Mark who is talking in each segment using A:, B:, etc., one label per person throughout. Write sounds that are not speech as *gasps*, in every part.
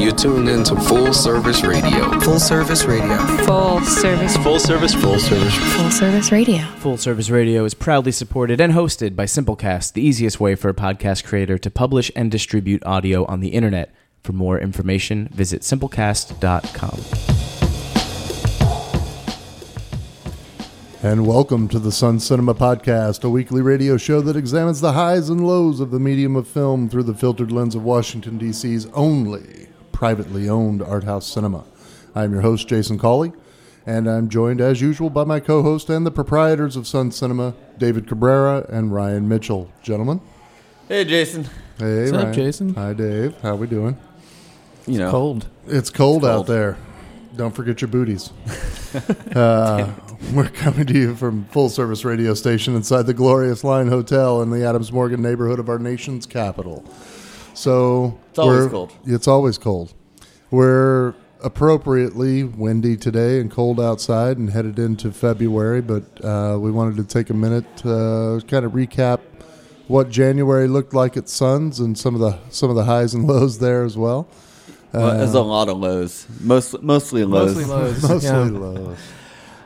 A: You tuned in to Full Service Radio.
B: Full service radio.
C: Full service.
D: Full service.
A: Full Service.
C: Full service radio.
E: Full Service Radio is proudly supported and hosted by Simplecast, the easiest way for a podcast creator to publish and distribute audio on the internet. For more information, visit simplecast.com.
F: And welcome to the Sun Cinema Podcast, a weekly radio show that examines the highs and lows of the medium of film through the filtered lens of Washington, D.C.'s only privately owned art house cinema. I'm your host, Jason Cawley, and I'm joined, as usual, by my co host and the proprietors of Sun Cinema, David Cabrera and Ryan Mitchell. Gentlemen.
D: Hey, Jason.
F: Hey,
G: up,
F: Ryan.
G: Jason?
F: Hi, Dave. How we doing?
D: You know,
G: Cold.
F: It's cold, out
D: cold.
F: there. Don't forget your
D: *laughs*
F: booties. uh, we're coming to you from full service radio station inside the Glorious Line Hotel in the Adams Morgan neighborhood of our nation's capital. So
D: It's always
F: we're-
D: cold.
F: It's always cold. We're appropriately windy today and cold outside and headed into February, but uh, we wanted to take a minute to uh, kind of recap what January looked like at Suns and some of the some of the highs and lows there as well.
D: well, there's a lot of lows. Most, mostly lows.
G: Mostly lows.
F: Uh, Mostly
D: *laughs*
G: yeah.
F: lows.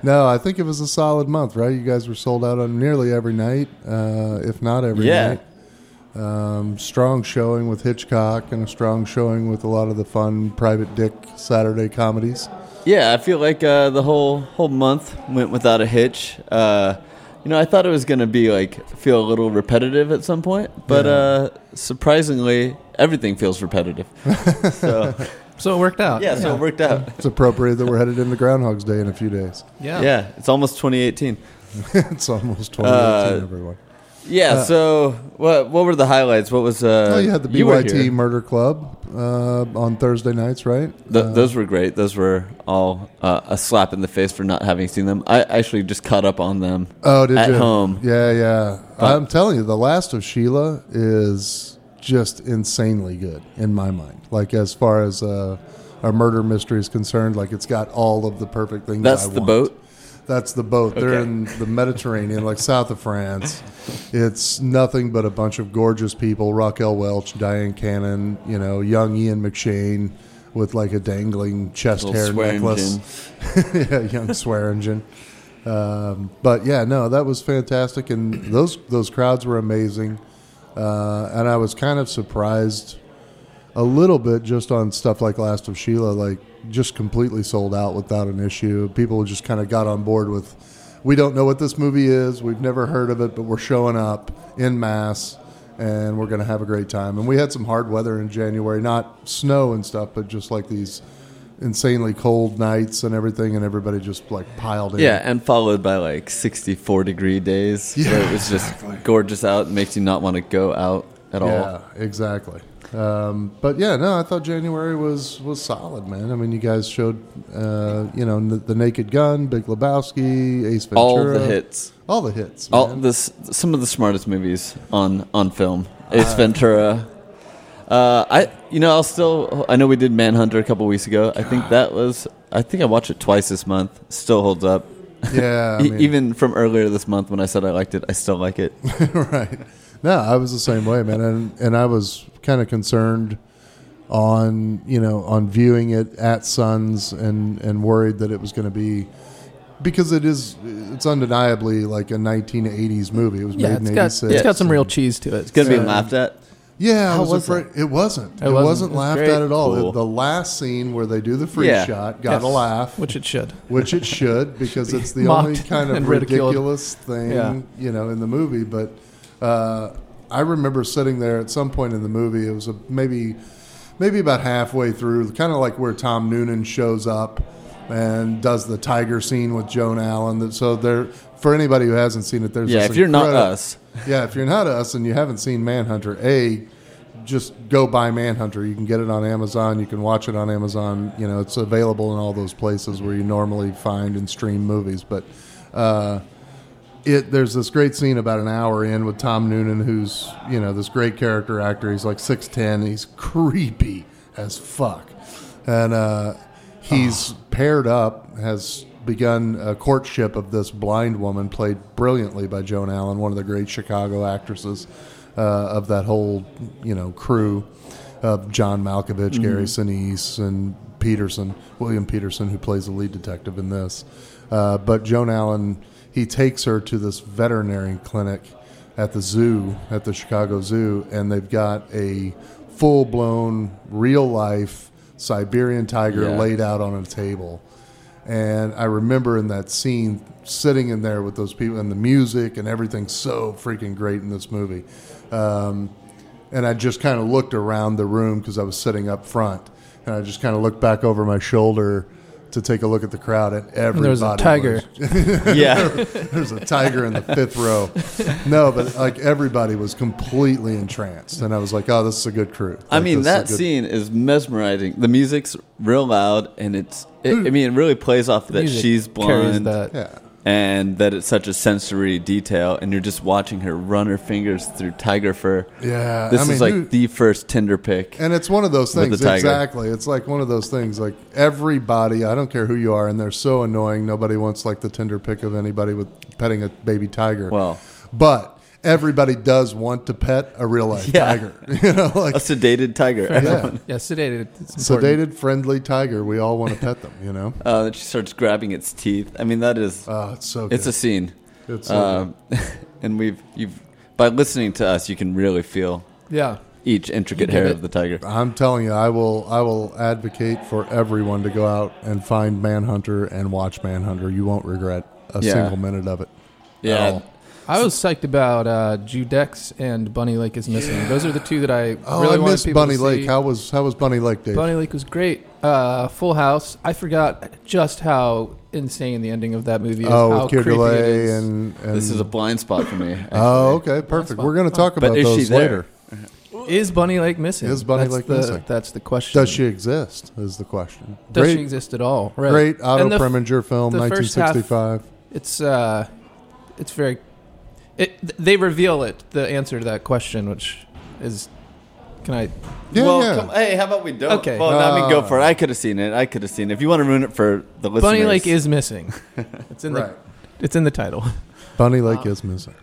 F: No, I think it was a solid month, right? You guys were sold out on nearly every night, uh, if not every
D: Yeah.
F: night. Um, strong showing with Hitchcock and a strong showing with a lot of the fun private dick Saturday comedies.
D: Yeah, I feel like uh, the whole whole month went without a hitch. Uh, you know, I thought it was gonna be like feel a little repetitive at some point, but uh, surprisingly, everything
F: *laughs*
D: feels repetitive. so
G: So it worked out.
D: yeah, so it worked out.
F: It's appropriate that we're headed into Groundhog's Day in a few days. *laughs*
G: Yeah.
D: Yeah, it's almost 2018.
F: it's almost 2018,
D: Uh,
F: everyone.
D: Yeah. so what what were the highlights? What was uh?
F: Uh, Oh, you had the
D: were
F: BYT
D: here.
F: Murder Club uh, on Thursday nights, right?
D: Th-
F: Uh,
D: those were great. Those were all uh, a slap in the face for not having seen them. I actually just caught up on them.
F: Oh, did
D: at
F: you?
D: home.
F: Yeah, yeah.
D: But-
F: I'm telling you, the last of Sheila is just insanely good in my mind. Like as far as uh, a murder mystery is concerned, like it's got all of the perfect things.
D: That's
F: I
D: the
F: want.
D: boat?
F: That's the boat. They're
D: Okay.
F: in the Mediterranean, like south of France. It's nothing but a bunch of gorgeous people: Raquel Welch, Diane Cannon, you know, young Ian McShane with like a dangling chest
D: Little
F: hair
D: swearing
F: necklace.
D: gin.
F: *laughs* yeah, young Swearingen. Um, but yeah, no, that was fantastic, and those those crowds were amazing. Uh, and I was kind of surprised a little bit just on stuff like Last of Sheila, like just completely sold out without an issue. People just kind of got on board with, we don't know what this movie is, we've never heard of it, but we're showing up in mass, and we're going to have a great time. And we had some hard weather in January, not snow and stuff, but just like these insanely cold nights and everything, and everybody just like piled in.
D: Yeah, and followed by like 64 degree days where it was just gorgeous out and makes you not want to go out at all.
F: Yeah, exactly. Um, but yeah, no, I thought January was was solid, man. I mean, you guys showed, uh, you know, N- the Naked Gun, Big Lebowski, Ace Ventura,
D: All the hits.
F: all the hits,
D: All
F: man.
D: this some of the smartest movies on on film. Ace Ventura. Uh, I you know I'll still I know we did Manhunter a couple weeks ago. I think that was I think I watched it twice this month. Still holds up. *laughs*
F: yeah, I
D: E-
F: mean-
D: Even from earlier this month when I said I liked it, I still like it.
F: right. No, I was the same way, man, and and I was kind of concerned on you know on viewing it at Suns and and worried that it was going to be because it is it's undeniably like a 1980s movie. It was
G: Yeah,
F: made
G: it's
F: in
G: got,
F: 86.
G: it's got some
F: and-
G: real cheese to it.
D: It's gonna be
F: Yeah.
D: laughed at.
F: Yeah, I
D: How
F: was,
D: was
F: afraid. It? wasn't. It,
G: wasn't.
F: wasn't,
G: It was
F: laughed
G: great.
F: at at all.
D: Cool.
F: The last scene where they do the free
D: Yeah.
F: shot got a
G: Yes.
F: laugh,
G: which it should.
F: *laughs* which it should because
G: be *laughs*
F: it's the only
G: mocked
F: kind of
G: and ridiculed.
F: ridiculous thing
G: Yeah.
F: you know in the movie. But uh, I remember sitting there at some point in the movie. It was a, maybe maybe about halfway through, kind of like where Tom Noonan shows up and does the tiger scene with Joan Allen. So there, for anybody who hasn't seen it, there's
D: Yeah,
F: this
D: if you're not
F: incredible-
D: us.
F: *laughs* yeah, if you're not us and you haven't seen Manhunter, A, just go buy Manhunter. You can get it on Amazon. You can watch it on Amazon. You know, it's available in all those places where you normally find and stream movies. But uh, it there's this great scene about an hour in with Tom Noonan, who's you know this great character actor. He's like six ten. He's creepy as fuck, and uh, He's paired up, has begun a courtship of this blind woman, played brilliantly by Joan Allen, one of the great Chicago actresses uh, of that whole you know crew of John Malkovich, Gary Sinise, and Peterson, William Peterson, who plays the lead detective in this. Uh, but Joan Allen, he takes her to this veterinary clinic at the zoo, at the Chicago Zoo, and they've got a full blown, real life Siberian tiger
D: Yeah.
F: laid out on a table. And I remember in that scene sitting in there with those people and the music and everything's so freaking great in this movie. Um, and I just kind of looked around the room because I was sitting up front, and I just kind of looked back over my shoulder to take a look at the crowd, and everybody
B: there was a tiger.
F: was- *laughs*
D: yeah.
F: there's a tiger in the fifth row. No, but like everybody was completely entranced, and I was like, "Oh, this is a good crew."
D: I
F: Like,
D: mean,
F: this is a
D: that
F: good-
D: scene is mesmerizing. The music's real loud, and it's. It,
F: Mm.
D: I mean, it really plays off that
B: Music
D: she's
B: carries
D: blind,
B: that.
F: Yeah,
D: and that it's such a sensory detail, and you're just watching her run her fingers through tiger fur.
F: yeah.
D: This
F: I mean,
D: is like
F: who-
D: the first Tinder pick.
F: And it's one of those
D: With
F: things.
D: the tiger.
F: Exactly. It's like one of those things. Like everybody, I don't care who you are, and they're so annoying. Nobody wants like the Tinder pick of anybody with petting a baby tiger.
D: Well.
F: but everybody does want to pet a real life
D: *laughs* Yeah.
F: tiger. *laughs* You
D: *laughs*
F: know, like
D: A sedated tiger.
F: yeah.
B: Yeah, sedated. It's important.
F: sedated, friendly tiger. We all want to pet them. You
D: *laughs*
F: know.
D: *laughs* Uh, that she starts grabbing its teeth. I mean, that is.
F: Oh, it's so. Good.
D: it's a scene.
F: It's so
D: Um, *laughs* and we've you've by listening to us, you can really feel
B: Yeah.
D: each intricate
B: You get
D: hair
B: it.
D: of the tiger.
F: I'm telling you, I will I will advocate for everyone to go out and find Manhunter and watch Manhunter. You won't regret a
D: Yeah.
F: single minute of it.
D: Yeah,
B: I was psyched about uh, Judex and Bunny Lake is missing. Those are the two that I
F: Oh,
B: really
F: I
B: wanted
F: miss
B: people
F: Bunny
B: to
F: Lake.
B: see.
F: How was how was Bunny Lake, Dave?
B: Bunny Lake was great. Uh, Full House. I forgot just how insane the ending of that movie is.
F: oh,
B: how
F: with Keir
B: creepy it
F: Delay
B: is.
F: and, and
D: this is a blind spot for me.
F: oh, okay, perfect.
B: fine.
F: We're going to talk about
D: but is
F: those
D: she there?
F: later.
B: is Bunny Lake missing?
F: Is Bunny
B: that's
F: Lake
B: the,
F: missing?
B: That's the question.
F: Does she exist? Is the question.
B: Does
F: great,
B: she exist at all? Right.
F: great Otto
B: And the f-
F: Preminger film,
B: the first half-
F: 1965.
B: It's uh, it's very. It th- they reveal it the answer to that question, which is, can I?
F: Yeah,
D: well,
F: yeah.
D: come- hey, how about we don't?
B: Okay.
D: Well, I mean,
F: Ah.
D: go for it. I could have seen it. I could have seen it. If you want to ruin it for the listeners,
B: Bunny Lake
F: *laughs*
B: is missing. It's in
F: right.
B: the it's in the title.
F: Bunny Lake is missing.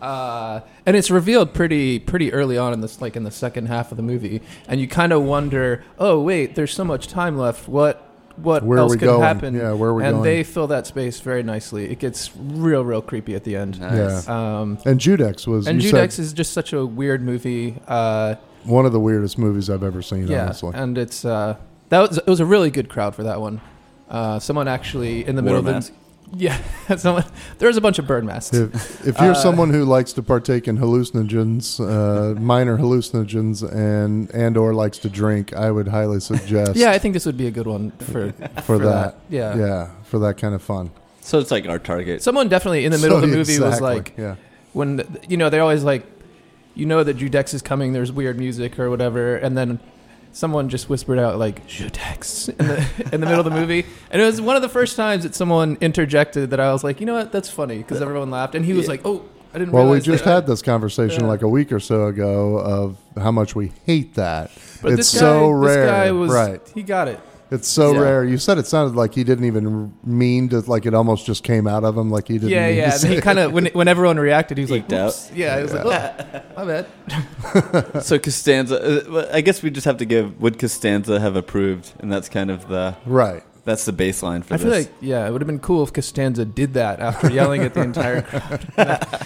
B: Uh, and it's revealed pretty pretty early on in this like in the second half of the movie, and you kind of wonder, oh wait, there's so much time left. What what
F: Where are
B: else
F: we
B: could
F: going?
B: happen?
F: Yeah, where are we
B: and
F: going?
B: they fill that space very nicely. It gets real real creepy at the end.
D: Nice.
F: Yeah.
B: Um,
F: And Judex was
B: and
F: you
B: Judex
F: said,
B: is just such a weird movie. Uh,
F: one of the weirdest movies I've ever seen.
B: yeah,
F: honestly.
B: and it's uh, that was it was a really good crowd for that one. Uh, someone actually in the
D: Wore a
B: middle
D: mask.
B: of the, yeah, *laughs* someone there was a bunch of bird masks.
F: If, if you're
B: Uh,
F: someone who likes to partake in hallucinogens,
B: *laughs*
F: uh, minor hallucinogens, and and or likes to drink, I would highly suggest.
B: Yeah, I think this would be a good one for
F: for,
B: for
F: that.
B: that. Yeah.
F: for that kind of fun.
D: So it's like our target.
B: Someone definitely in the middle
F: *laughs* So,
B: of the movie was
F: exactly,
B: like,
F: yeah,
B: when you know they're always like, you know that Judex is coming. There's weird music or whatever, and then someone just whispered out like Judex *laughs* in the in the middle of the movie, and it was one of the first times that someone interjected that I was like, you know what, that's funny because everyone laughed, and he was like, oh, I didn't.
F: Well, we
B: realize
F: just
B: that.
F: had this conversation
B: Yeah.
F: like a week or so ago of how much we hate that.
B: But
F: it's
B: this guy,
F: so rare,
B: This guy was
F: right?
B: He got it.
F: It's so
D: Yeah.
F: rare. You said it sounded like he didn't even mean to. Like it almost just came out of him. Like he didn't.
B: Yeah,
F: mean
B: yeah.
F: To
B: And *laughs*
F: say
B: he kind of when when everyone reacted, he was like,
D: Eked out.
B: "Oops." yeah. He was like, oh, my bad.
D: so Costanza. uh, well, I guess we just have to give. Would Costanza have approved? And that's kind of the
F: it. right.
D: that's the baseline for
B: I
D: this.
B: feel like yeah, it would have been cool if Costanza did
D: *laughs*
B: that after yelling at the entire crowd.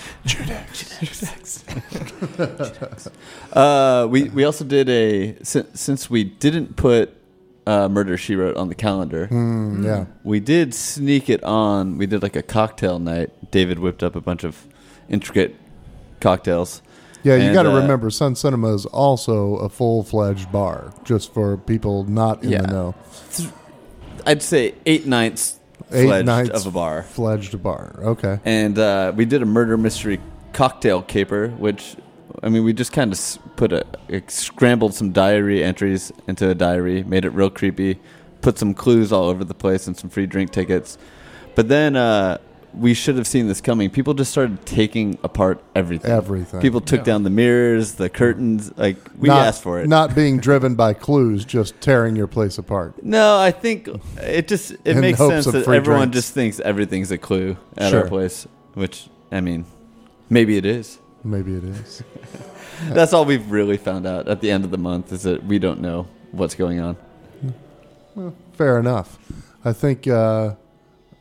D: Uh, we we also did a si- since we didn't put uh, Murder She Wrote on the calendar,
F: Mm, yeah.
D: we did sneak it on. We did like a cocktail night. David whipped up a bunch of intricate cocktails.
F: Yeah, you
D: And,
F: got to
D: uh,
F: remember, Sun Cinema is also a full fledged bar, just for people not in
D: Yeah.
F: the know.
D: I'd say eight ninths
F: Eight
D: fledged
F: ninths
D: of a bar,
F: Fledged bar. Okay.
D: and uh, we did a murder mystery cocktail caper, which. I mean, we just kind of s- put a like, scrambled some diary entries into a diary, made it real creepy, put some clues all over the place and some free drink tickets. But then uh, we should have seen this coming. People just started taking apart everything.
F: Everything.
D: People took
B: Yeah.
D: down the mirrors, the curtains. Like we
F: not,
D: asked for it.
F: Not being driven by clues, just tearing your place apart.
D: no, I think it just it
F: In
D: makes
F: hopes
D: sense
F: of
D: that
F: free
D: everyone
F: drinks.
D: just thinks everything's a clue at
F: Sure.
D: our place, which I mean, maybe it is.
F: Maybe it is.
D: That's all we've really found out at the end of the month is that we don't know what's going on.
F: Fair enough. I think uh,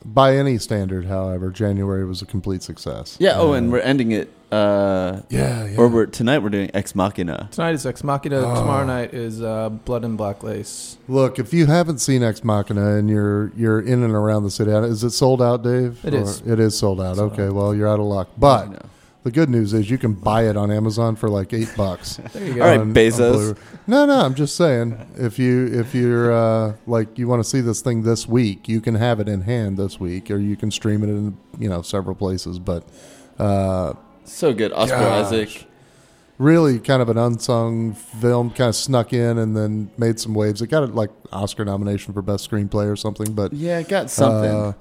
F: by any standard, however, January was a complete success.
D: Yeah. Oh, and we're ending it. Uh,
F: Yeah, yeah.
D: Or we're tonight. We're doing Ex Machina.
B: Tonight is Ex Machina.
D: Oh.
B: Tomorrow night is uh, Blood and Black Lace.
F: Look, if you haven't seen Ex Machina and you're you're in and around the city, is it sold out, Dave?
B: It
F: Or-
B: is.
F: It is sold out. okay, well you're out of luck. But
D: No.
F: the good news is you can buy it on Amazon for like eight bucks.
B: There you go.
D: All right,
F: on-
D: Bezos.
F: on Blu-ray. no, no, I'm just saying if you if you're uh, like you want to see this thing this week, you can have it in hand this week, or you can stream it in you know several places. But uh,
D: So good, Oscar
F: Gosh.
D: Isaac.
F: really, kind of an unsung film, kind of snuck in and then made some waves. It got like Oscar nomination for best screenplay or something, but
D: Yeah, it got something.
F: uh,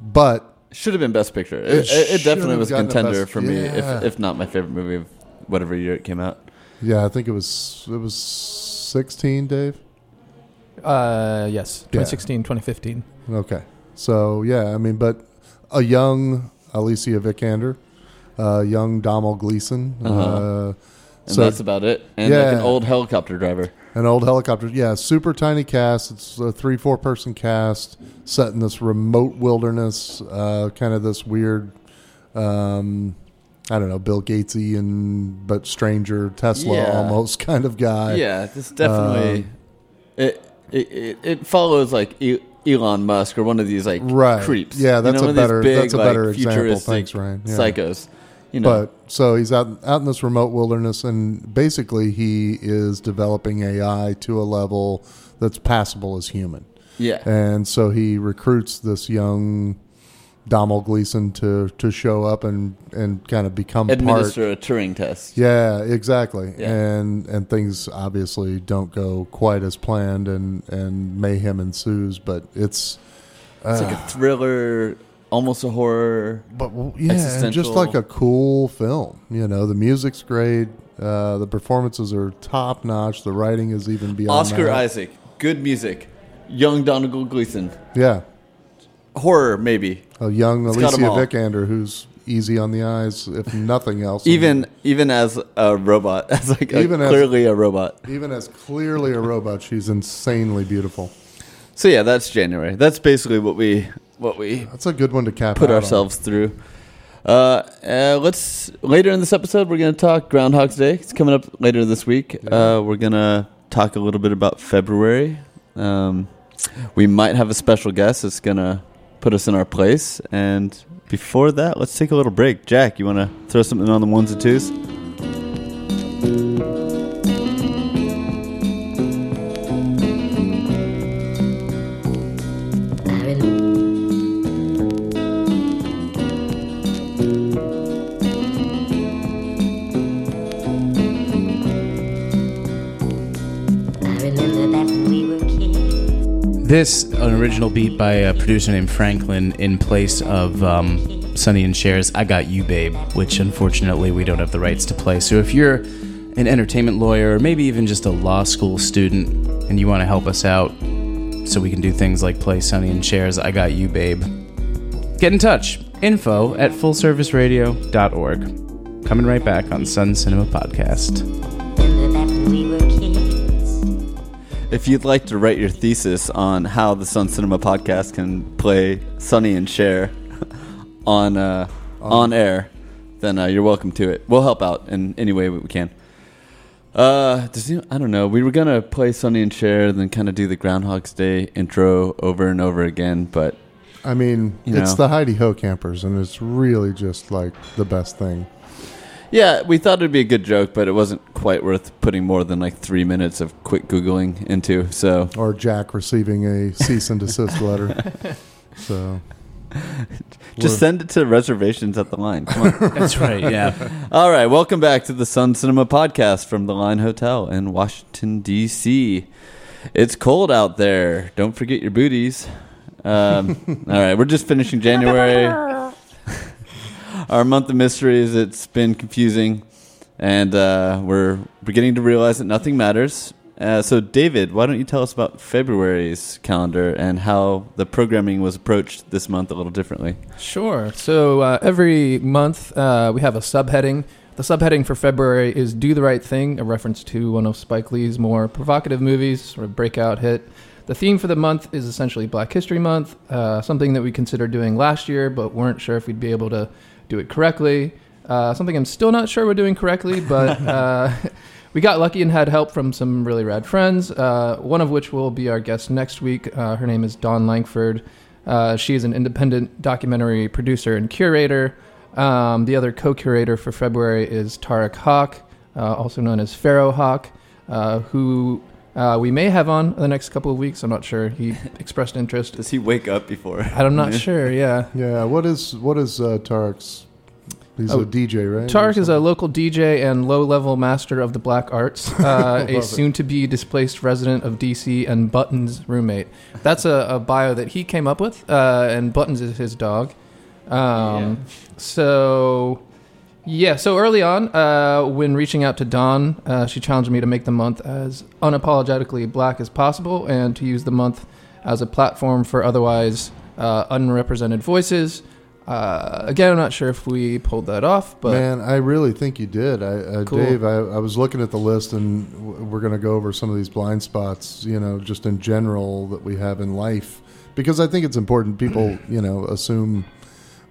F: but
D: should have been best picture.
F: It
D: It, it, it
F: should
D: definitely
F: have
D: was a
F: gotten a
D: contender
F: best-
D: for me,
F: yeah.
D: if if not my favorite movie of whatever year it came out.
F: yeah, I think it was it was 16, Dave.
B: Uh, yes,
F: Yeah.
B: 2016, 2015.
F: Okay. So yeah, I mean, but a young Alicia Vikander, uh, young Domal Gleason, uh
D: Uh-huh. And
F: So-
D: that's about it. And like an
F: Yeah.
D: old helicopter driver.
F: an old helicopter. Yeah, super tiny cast. It's a three four person cast set in this remote wilderness, uh, kind of this weird. Um, I don't know, Bill Gatesy and but stranger Tesla
D: Yeah.
F: almost *laughs* kind of guy.
D: yeah, this
F: um,
D: definitely it, it it it follows like E- Elon Musk or one of these like
F: Right.
D: creeps.
F: Yeah, that's a
D: one of these
F: better- that's a better example.
D: futuristic
F: Thanks, Ryan. Yeah.
D: Psychos. You know,
F: But so he's out out in this remote wilderness, and basically he is developing AI to a level that's passable as human.
D: yeah.
F: And so he recruits this young Domal Gleason to to show up and and kind of become part.
D: Administer a Turing test.
F: Yeah, exactly.
D: Yeah.
F: And and things obviously don't go quite as planned, and and mayhem ensues. But it's
D: It's like a thriller, almost a horror.
F: but well, yeah, and just
D: Existential.
F: like a cool film. You know, the music's great. Uh, the performances are top notch. The writing is even beyond
D: Oscar
F: that.
D: Isaac, good music. Young Donald Gleason,
F: Yeah,
D: horror maybe.
F: a young
D: It's got
F: Alicia
D: 'em all.
F: Vikander who's easy on the eyes, if nothing else.
D: *laughs* Even even as a robot, *laughs* as like a-
F: Even as-
D: clearly a robot.
F: even as clearly a robot, she's insanely beautiful.
D: So yeah, that's January. That's basically what we what we
F: That's a good one to cap.
D: put
F: out on.
D: ourselves through. Uh, uh, let's later in this episode we're gonna talk Groundhog's Day. It's coming up later this week. Uh, we're gonna talk a little bit about February. Um, we might have a special guest that's gonna put us in our place. And before that, let's take a little break. Jack, you wanna throw something on the ones and twos?
G: Remember back when we were kids?
E: This, an original beat by a producer named Franklin, in place of um, Sonny and Cher's I Got You Babe, which unfortunately we don't have the rights to play. So if you're an entertainment lawyer, or maybe even just a law school student, and you want to help us out so we can do things like play Sonny and Cher's I Got You Babe, get in touch. Info at fullserviceradio.org. Coming right back on Sun Cinema Podcast.
G: Remember back when we were kids?
D: If you'd like to write your thesis on how the Sun Cinema podcast can play Sonny and Cher *laughs* on uh, on air, then uh, you're welcome to it. We'll help out in any way we can. Uh, does you, I don't know. We were gonna play Sonny and Cher, then kind of do the Groundhog's Day intro over and over again, but
F: I mean,
D: You
F: it's
D: know.
F: the Heidi Ho campers, and it's really just like the best thing.
D: yeah, we thought it'd be a good joke, but it wasn't quite worth putting more than like three minutes of quick googling into. So
F: Or Jack receiving a cease and desist letter.
D: *laughs*
F: So
D: just send it to reservations at the line. Come on.
E: *laughs* That's right, yeah.
D: All right, welcome back to the Sun Cinema podcast from the Line Hotel in Washington D.C. It's cold out there. Don't forget your booties.
B: *laughs*
D: Um, all right, we're just finishing January. Our month of mysteries. It's been confusing, and uh, we're beginning to realize that nothing matters. Uh, so, David, why don't you tell us about February's calendar and how the programming was approached this month a little differently?
B: Sure. So uh, every month uh, we have a subheading. The subheading for February is "Do the Right Thing," a reference to one of Spike Lee's more provocative movies, sort of breakout hit. The theme for the month is essentially Black History Month, uh, something that we considered doing last year, but weren't sure if we'd be able to do it correctly. Uh, something I'm still not sure we're doing correctly, but uh, we got lucky and had help from some really rad friends. Uh, one of which will be our guest next week. Uh, her name is Dawn Langford. Uh, she is an independent documentary producer and curator. Um, the other co-curator for February is Tarek Hawk, uh, also known as Pharaoh Hawk, uh, who uh, we may have on the next couple of weeks. I'm not sure. He *laughs* expressed interest.
D: Does he wake up before?
B: I'm not sure. Yeah.
F: Yeah. What is what is uh, Tarek's? He's
B: Oh,
F: a DJ, right?
B: Tarek is a local DJ and low level master of the
F: *laughs*
B: black arts, uh, a
F: it.
B: soon to be displaced resident of DC and Buttons' roommate. That's a, a bio that he came up with, uh, and Buttons is his dog. Um, So, yeah, so early on, uh, when reaching out to Dawn, uh, she challenged me to make the month as unapologetically black as possible and to use the month as a platform for otherwise uh, unrepresented voices. Uh, again, I'm not sure if we pulled that off, but
F: Man, I really think you did. I, uh,
B: Cool.
F: Dave, I, I was looking at the list, and w- we're going to go over some of these blind spots, you know, just in general that we have in life, because I think it's important.
B: *clears throat*
F: People, you know, assume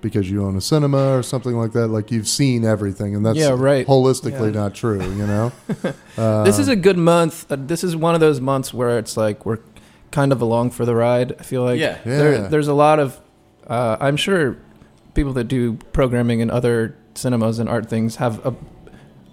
F: because you own a cinema or something like that, like you've seen everything, and that's
B: Yeah, right.
F: holistically
B: Yeah.
F: not true, you know?
B: this is a good month. Uh, this is one of those months where it's like we're kind of along for the ride. I feel like
E: Yeah.
F: Yeah.
B: There, there's a lot of, uh, I'm sure people that do programming and other cinemas and art things have a,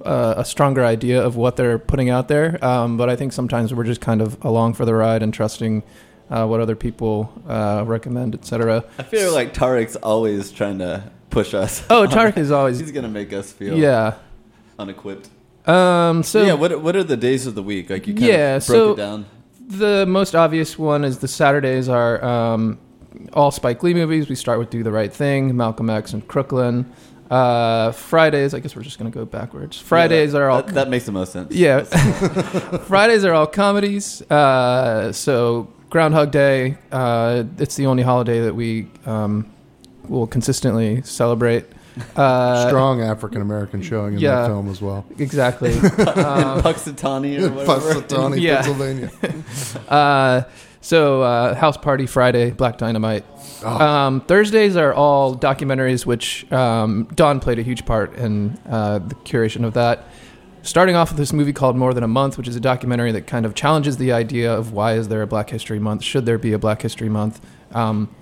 B: uh, a stronger idea of what they're putting out there. Um, but I think sometimes we're just kind of along for the ride and trusting uh, what other people uh, recommend, etc.
D: I feel like Tarek's always trying to push us. *laughs*
B: Oh, Tarek is
D: He's
B: *laughs* always,
D: gonna make us feel
B: yeah.
D: unequipped.
B: Um, so
D: yeah, what what are the days of the week? Like you kind
B: Yeah,
D: of broke
B: so-
D: it down.
B: the most obvious one is the Saturdays are um, all Spike Lee movies. We start with Do the Right Thing, Malcolm X, and Crooklyn. Uh, Fridays, I guess we're just gonna go backwards. Fridays
D: Yeah, that-
B: are all
D: that, that makes the most sense. *laughs*
B: yeah. *laughs* Fridays are all comedies. Uh, so Groundhog Day, uh, it's the only holiday that we um, will consistently celebrate. *laughs* Uh,
F: Strong African American showing in
B: yeah.
F: that film as well.
B: Exactly. Uh,
D: in
F: *laughs*
D: Puxatani or whatever. *laughs*
F: Punxsutawney,
B: *laughs* Yeah.
F: Pennsylvania.
B: Uh, so uh, house party Friday, Black Dynamite. Um, Thursdays are all documentaries, which um, Don played a huge part in uh, the curation of that. Starting off with this movie called More Than a Month, which is a documentary that kind of challenges the idea of why is there a Black History Month? Should there be a Black History Month? Um,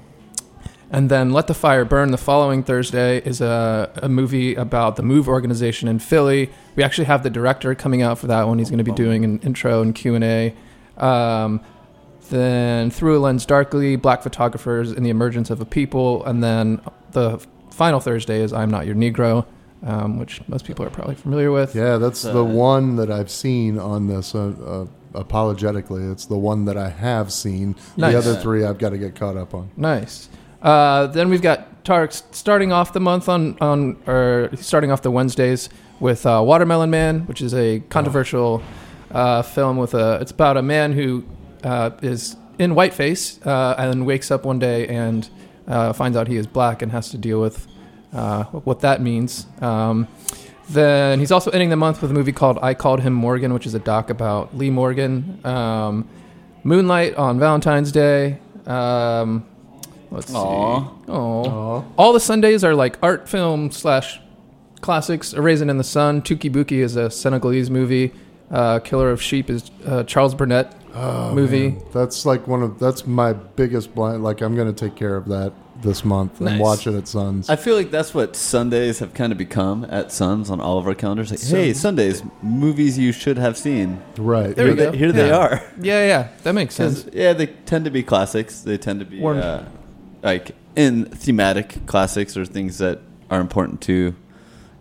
B: and then Let the Fire Burn the following Thursday is a, a movie about the MOVE organization in Philly. We actually have the director coming out for that one. He's going to be doing an intro and Q&A. Um, then Through a Lens Darkly, Black Photographers and the Emergence of a People. And then the final Thursday is I'm Not Your Negro, um, which most people are probably familiar with.
F: Yeah, that's
D: It's,
F: the
D: uh,
F: one that I've seen on this. Uh, uh, apologetically, it's the one that I have seen.
B: Nice.
F: The other three I've got to get caught up on.
B: Nice. Uh, then we've got Tarek starting off the month on on or starting off the Wednesdays with uh, Watermelon Man, which is a controversial uh, film with a. It's about a man who uh, is in whiteface uh, and wakes up one day and uh, finds out he is black and has to deal with uh, what that means. Um, then he's also ending the month with a movie called I Called Him Morgan, which is a doc about Lee Morgan. Um, Moonlight on Valentine's Day. Um, let's
D: Aw.
B: see. Aw. All the Sundays are like art film slash classics. A Raisin in the Sun. Tuki Buki is a Senegalese movie. Uh, Killer of Sheep is uh, Charles Burnett movie.
F: That's like one of that's my biggest blind. Like I'm going to take care of that this month and
B: Nice.
F: watch it at Suns.
D: I feel like that's what Sundays have kind of become at Suns on all of our calendars. Like, hey, Sundays, movies you should have seen.
F: right.
B: There
D: here
B: you go.
D: they, here they
F: Yeah.
D: are.
B: Yeah, yeah, that makes
D: 'Cause,
B: sense.
D: yeah, they tend to be classics. They tend to be
B: Warm.
D: uh, like in thematic classics or things that are important to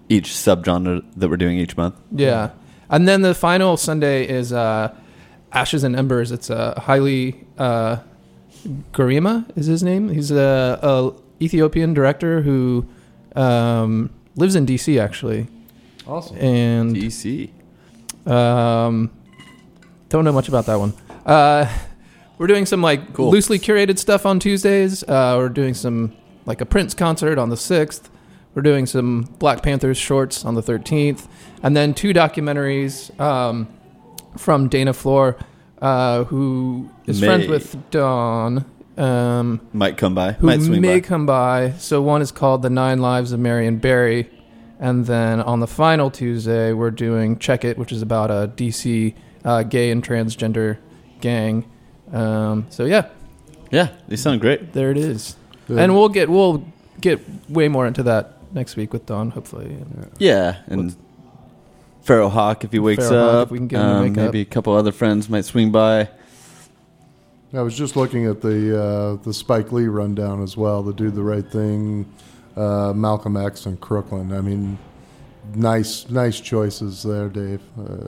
D: each subgenre that we're doing each month.
B: Yeah. And then the final Sunday is uh, Ashes and Embers. It's a highly uh, Garima is his name. He's a, a Ethiopian director who um, lives in D.C. actually,
F: Awesome.
B: and
D: DC.
B: um, don't know much about that one. Uh, we're doing some like
D: Cool.
B: loosely curated stuff on Tuesdays. Uh, we're doing some like a Prince concert on the sixth. We're doing some Black Panthers shorts on the thirteenth, and then two documentaries um, from Dana Floor, uh, who is friends
D: May.
B: with Dawn. Um,
D: Might come by.
B: who
D: Might swing
B: may
D: by.
B: come by. So one is called The Nine Lives of Marion Barry. And then on the final Tuesday, we're doing Check It, which is about a DC uh, gay and transgender gang. Um, so yeah,
D: Yeah, they sound great.
B: there it is.
F: Good.
B: And we'll get we'll get way more into that next week with Don, hopefully.
D: Yeah, and Pharaoh Hawk if he wakes
B: Pharaoh Hawk,
D: up. Um,
B: if we can get him to wake
D: maybe a couple other friends might swing by.
F: I was just looking at the uh, the Spike Lee rundown as well. The Do the Right Thing, uh, Malcolm X, and Crooklyn. I mean, nice nice choices there, Dave. Uh,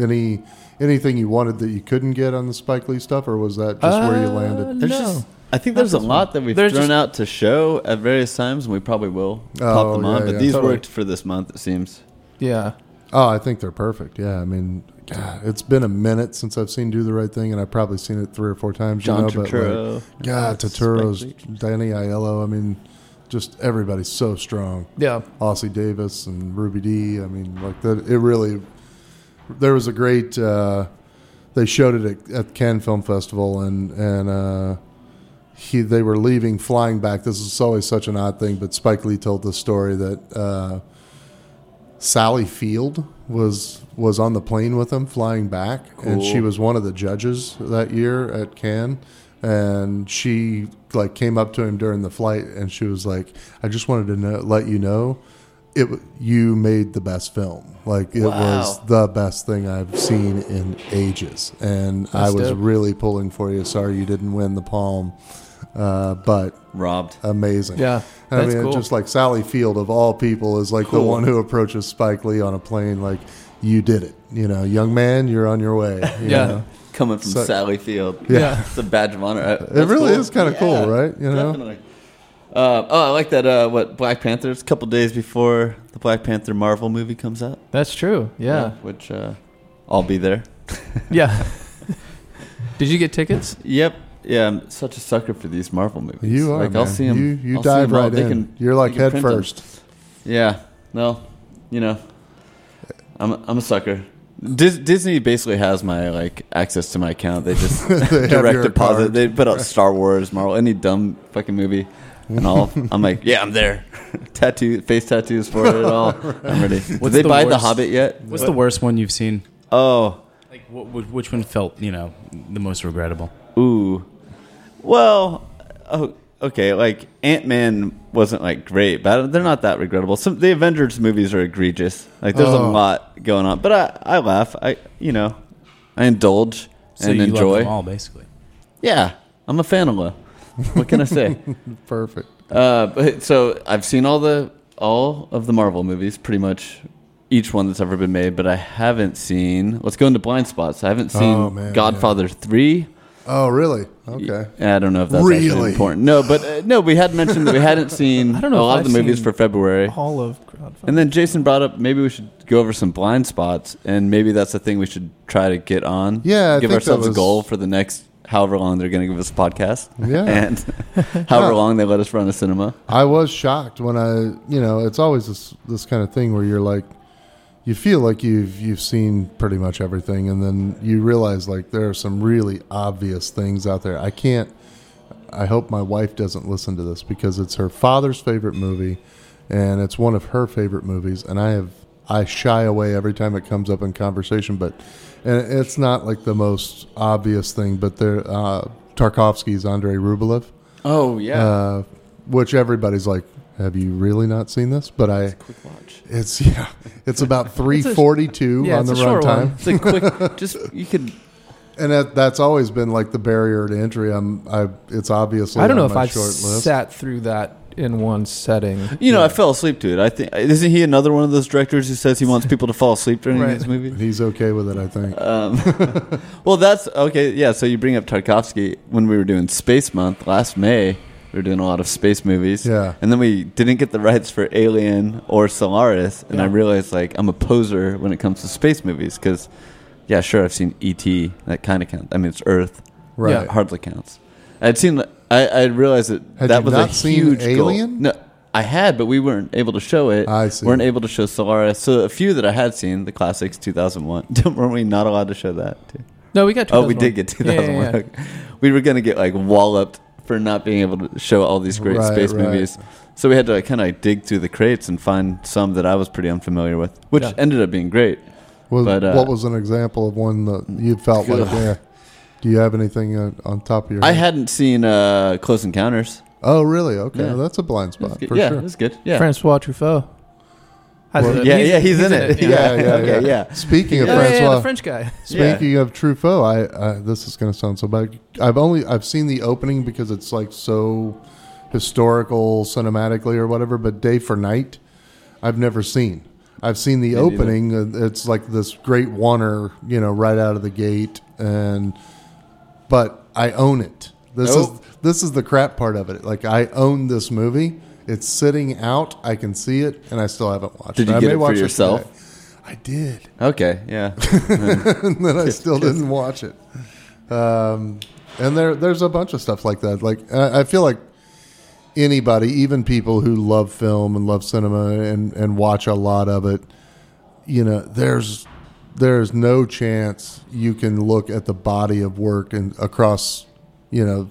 F: any anything you wanted that you couldn't get on the Spike Lee stuff, or was that just where you
B: Uh,
F: landed?
D: There's
B: no.
D: just I think there's a lot that we've
B: There's
D: thrown
B: just-
D: out to show at various times, and we probably will
F: Oh,
D: pop them on.
F: yeah,
D: But
F: yeah.
D: these
B: Totally.
D: worked for this month, it seems.
B: yeah.
F: Oh, I think they're perfect. Yeah, I mean, God, it's been a minute since I've seen Do the Right Thing, and I've probably seen it three or four times.
D: John
F: you know, but, like,
D: Turturro.
F: God,
D: Spike
F: Taturo's
D: Lee.
F: Danny Aiello. I mean, just everybody's so strong.
B: Yeah.
F: Ossie Davis and Ruby D. I mean, like that. It really. There was a great. Uh, they showed it at, at Cannes Film Festival, and and uh, he they were leaving, flying back. This is always such an odd thing, but Spike Lee told the story that uh, Sally Field was was on the plane with him flying back, and she was one of the judges that year at Cannes. And she like came up to him during the flight, and she was like, "I just wanted to know, let you know, it w- you made the best film. Like it was
D: Wow.
F: the best thing I've seen in ages, and I was
B: dope.
F: really pulling for you. Sorry you didn't win the palm, uh, but
D: Robbed.
F: amazing.
B: Yeah,
F: I
B: that's
F: mean,
B: cool.
F: just like Sally Field of all people is like the one who approaches Spike Lee on a plane, like you did it. You know, young man, you're on your
B: *laughs*
F: way. you
B: Yeah.
F: know?
D: Coming from
F: So-
D: Sally Field.
B: Yeah.
D: It's a badge of honor. Uh, It
F: it really is kind of cool, right? You know,
D: Definitely. Uh, oh, I like that. Uh, what Black Panther? It's a couple days before the Black Panther Marvel movie comes out.
B: That's true. Yeah.
D: which uh, I'll be there.
B: Yeah. *laughs* Did you get tickets?
D: Yep. Yeah, I'm such a sucker for these Marvel movies.
F: you are.
D: Like I'll
F: man.
D: see 'em-
F: You, you
D: I'll see
F: dive
D: 'em all.
F: right
D: They
F: in.
D: can-
F: you're
D: they
F: like
D: can
F: head
D: print 'em.
F: first.
D: Yeah. No. You know, I'm a, I'm a sucker. Dis- Disney basically has my like access to my account.
F: *laughs*
D: They just
F: have
D: direct
F: your
D: deposit.
F: card.
D: They put out Star Wars, Marvel, any dumb fucking movie,
F: *laughs*
D: and all. I'm like, yeah, I'm there. *laughs* Tattoo, face tattoos for it and all. I'm ready. Did
E: What's
D: they
E: the
D: buy The
E: worst-
D: Hobbit yet?
E: What's the worst one you've seen?
D: Oh,
E: Like, what, which one felt you know the most regrettable?
D: Ooh. Well, oh, okay. Like Ant Man wasn't like great, but they're not that regrettable. Some the Avengers movies are egregious. Like there's a
F: Oh.
D: lot going on, but I I laugh. I you know I indulge
E: So
D: and
E: you
D: enjoy.
E: love them all, basically.
D: Yeah, I'm a fan of love. What can
E: *laughs*
D: I say?
F: Perfect.
D: uh, but, so I've seen all the all of the Marvel movies, pretty much each one that's ever been made. But I haven't seen. Let's go into blind spots. I haven't seen
F: Oh, man, yeah.
D: Godfather three.
F: Oh, really? Okay.
D: I don't know if that's actually
F: Really?
D: important. No, but uh, no, we had mentioned that
F: *laughs*
D: we hadn't seen
B: I don't
D: a
B: know if
D: lot of
B: I've
D: the movies
B: seen
D: for February.
B: All of crowdfunding.
D: And then Jason brought up maybe we should go over some blind spots, and maybe that's the thing we should try to get on.
F: Yeah, I
D: give
F: think
D: ourselves
F: that
D: a
F: was-
D: goal for the next however long they're going to give us a podcast,
F: Yeah.
D: *laughs* and
F: *laughs*
D: however
F: Yeah.
D: long they let us run a cinema.
F: I was shocked when I, you know, it's always this this kind of thing where you're like, you feel like you've you've seen pretty much everything, and then you realize like there are some really obvious things out there. I can't. I hope my wife doesn't listen to this because it's her father's favorite movie, and it's one of her favorite movies, and I have I shy away every time it comes up in conversation, but and it's not like the most obvious thing, but there uh, Tarkovsky's Andrei Rublev
D: Oh yeah,
F: uh, which everybody's like, "Have you really not seen this?" But I,
D: quick watch.
F: it's *laughs* yeah, it's
B: *laughs*
F: about three forty-two
B: yeah,
F: on
B: it's
F: the
B: a short one.
F: runtime,
D: It's a
F: *laughs*
D: quick. just you could.
F: and that, that's always been like the barrier to entry. I'm, I, it's obviously
B: I don't know
F: on
B: if
F: my
B: I've
F: short list.
B: sat through that in one setting.
D: You know, I fell asleep to it. I think isn't he another one of those directors who says
F: *laughs*
D: he wants people to fall asleep during
B: Right.
D: his movies?
F: He's okay with it, I think.
B: *laughs*
D: Um, Well, that's okay. Yeah, so you bring up Tarkovsky when we were doing Space Month last May. We were doing a lot of space movies.
F: Yeah.
D: And then we didn't get the rights for Alien or Solaris, and I realized like I'm a poser when it comes to space movies because, yeah, sure I've seen E.T. That kind of counts. I mean, it's Earth.
F: Right.
D: That hardly counts. I'd seen. I I realized that
F: Had
D: that
F: you
D: was
F: not
D: a
F: seen
D: huge goal.
F: Alien?
D: No, I had, but we weren't able to show it.
F: I see.
D: Weren't able to show Solaris. So a few that I had seen, the classics, two thousand one. *laughs* weren't we not allowed to show that? Too?
B: No, we got.
D: Oh, we
B: 2001.
D: did get two
B: Yeah, yeah,
D: thousand one.
B: yeah.
D: We were gonna get like walloped for not being able to show all these great
F: Right,
D: space
F: right.
D: movies. So we had to like, kind of like, dig through the crates and find some that I was pretty unfamiliar with, which
B: Yeah.
D: ended up being great.
F: Was,
D: But, uh,
F: what was an example of one that you felt like, yeah? Do you have anything on, on top of your?
D: I
F: head?
D: hadn't seen uh, Close Encounters.
F: Oh, really? Okay,
D: Yeah.
F: well, that's a blind spot for
D: yeah,
F: sure.
D: that's good. Yeah,
B: Francois Truffaut. Has
F: Well,
B: it-
D: yeah, yeah, he's, in, it. *laughs*
B: yeah.
D: Yeah,
F: yeah,
D: okay,
F: yeah.
D: yeah.
F: Speaking
B: Oh,
F: of
B: yeah, yeah,
F: Francois,
B: the French guy.
D: Yeah.
F: Speaking of Truffaut, I, I this is going to sound so bad. I've only I've seen the opening because it's like so historical cinematically or whatever. But Day for Night, I've never seen. I've seen the
D: neither.
F: opening. uh, It's like this great oneer, you know, right out of the gate, and but I own it. This
D: Nope.
F: is this is the crap part of it. Like I own this movie. It's sitting out. I can see it, and I still haven't watched.
D: Did you
F: it. I
D: get
F: may
D: it for
F: watch
D: yourself?
F: today. I did
D: Okay,
F: *laughs*
D: yeah.
F: and then I still didn't watch it. Um, and there, there's a bunch of stuff like that. Like I I feel like anybody, even people who love film and love cinema and and watch a lot of it, you know, there's there's no chance you can look at the body of work and across, you know,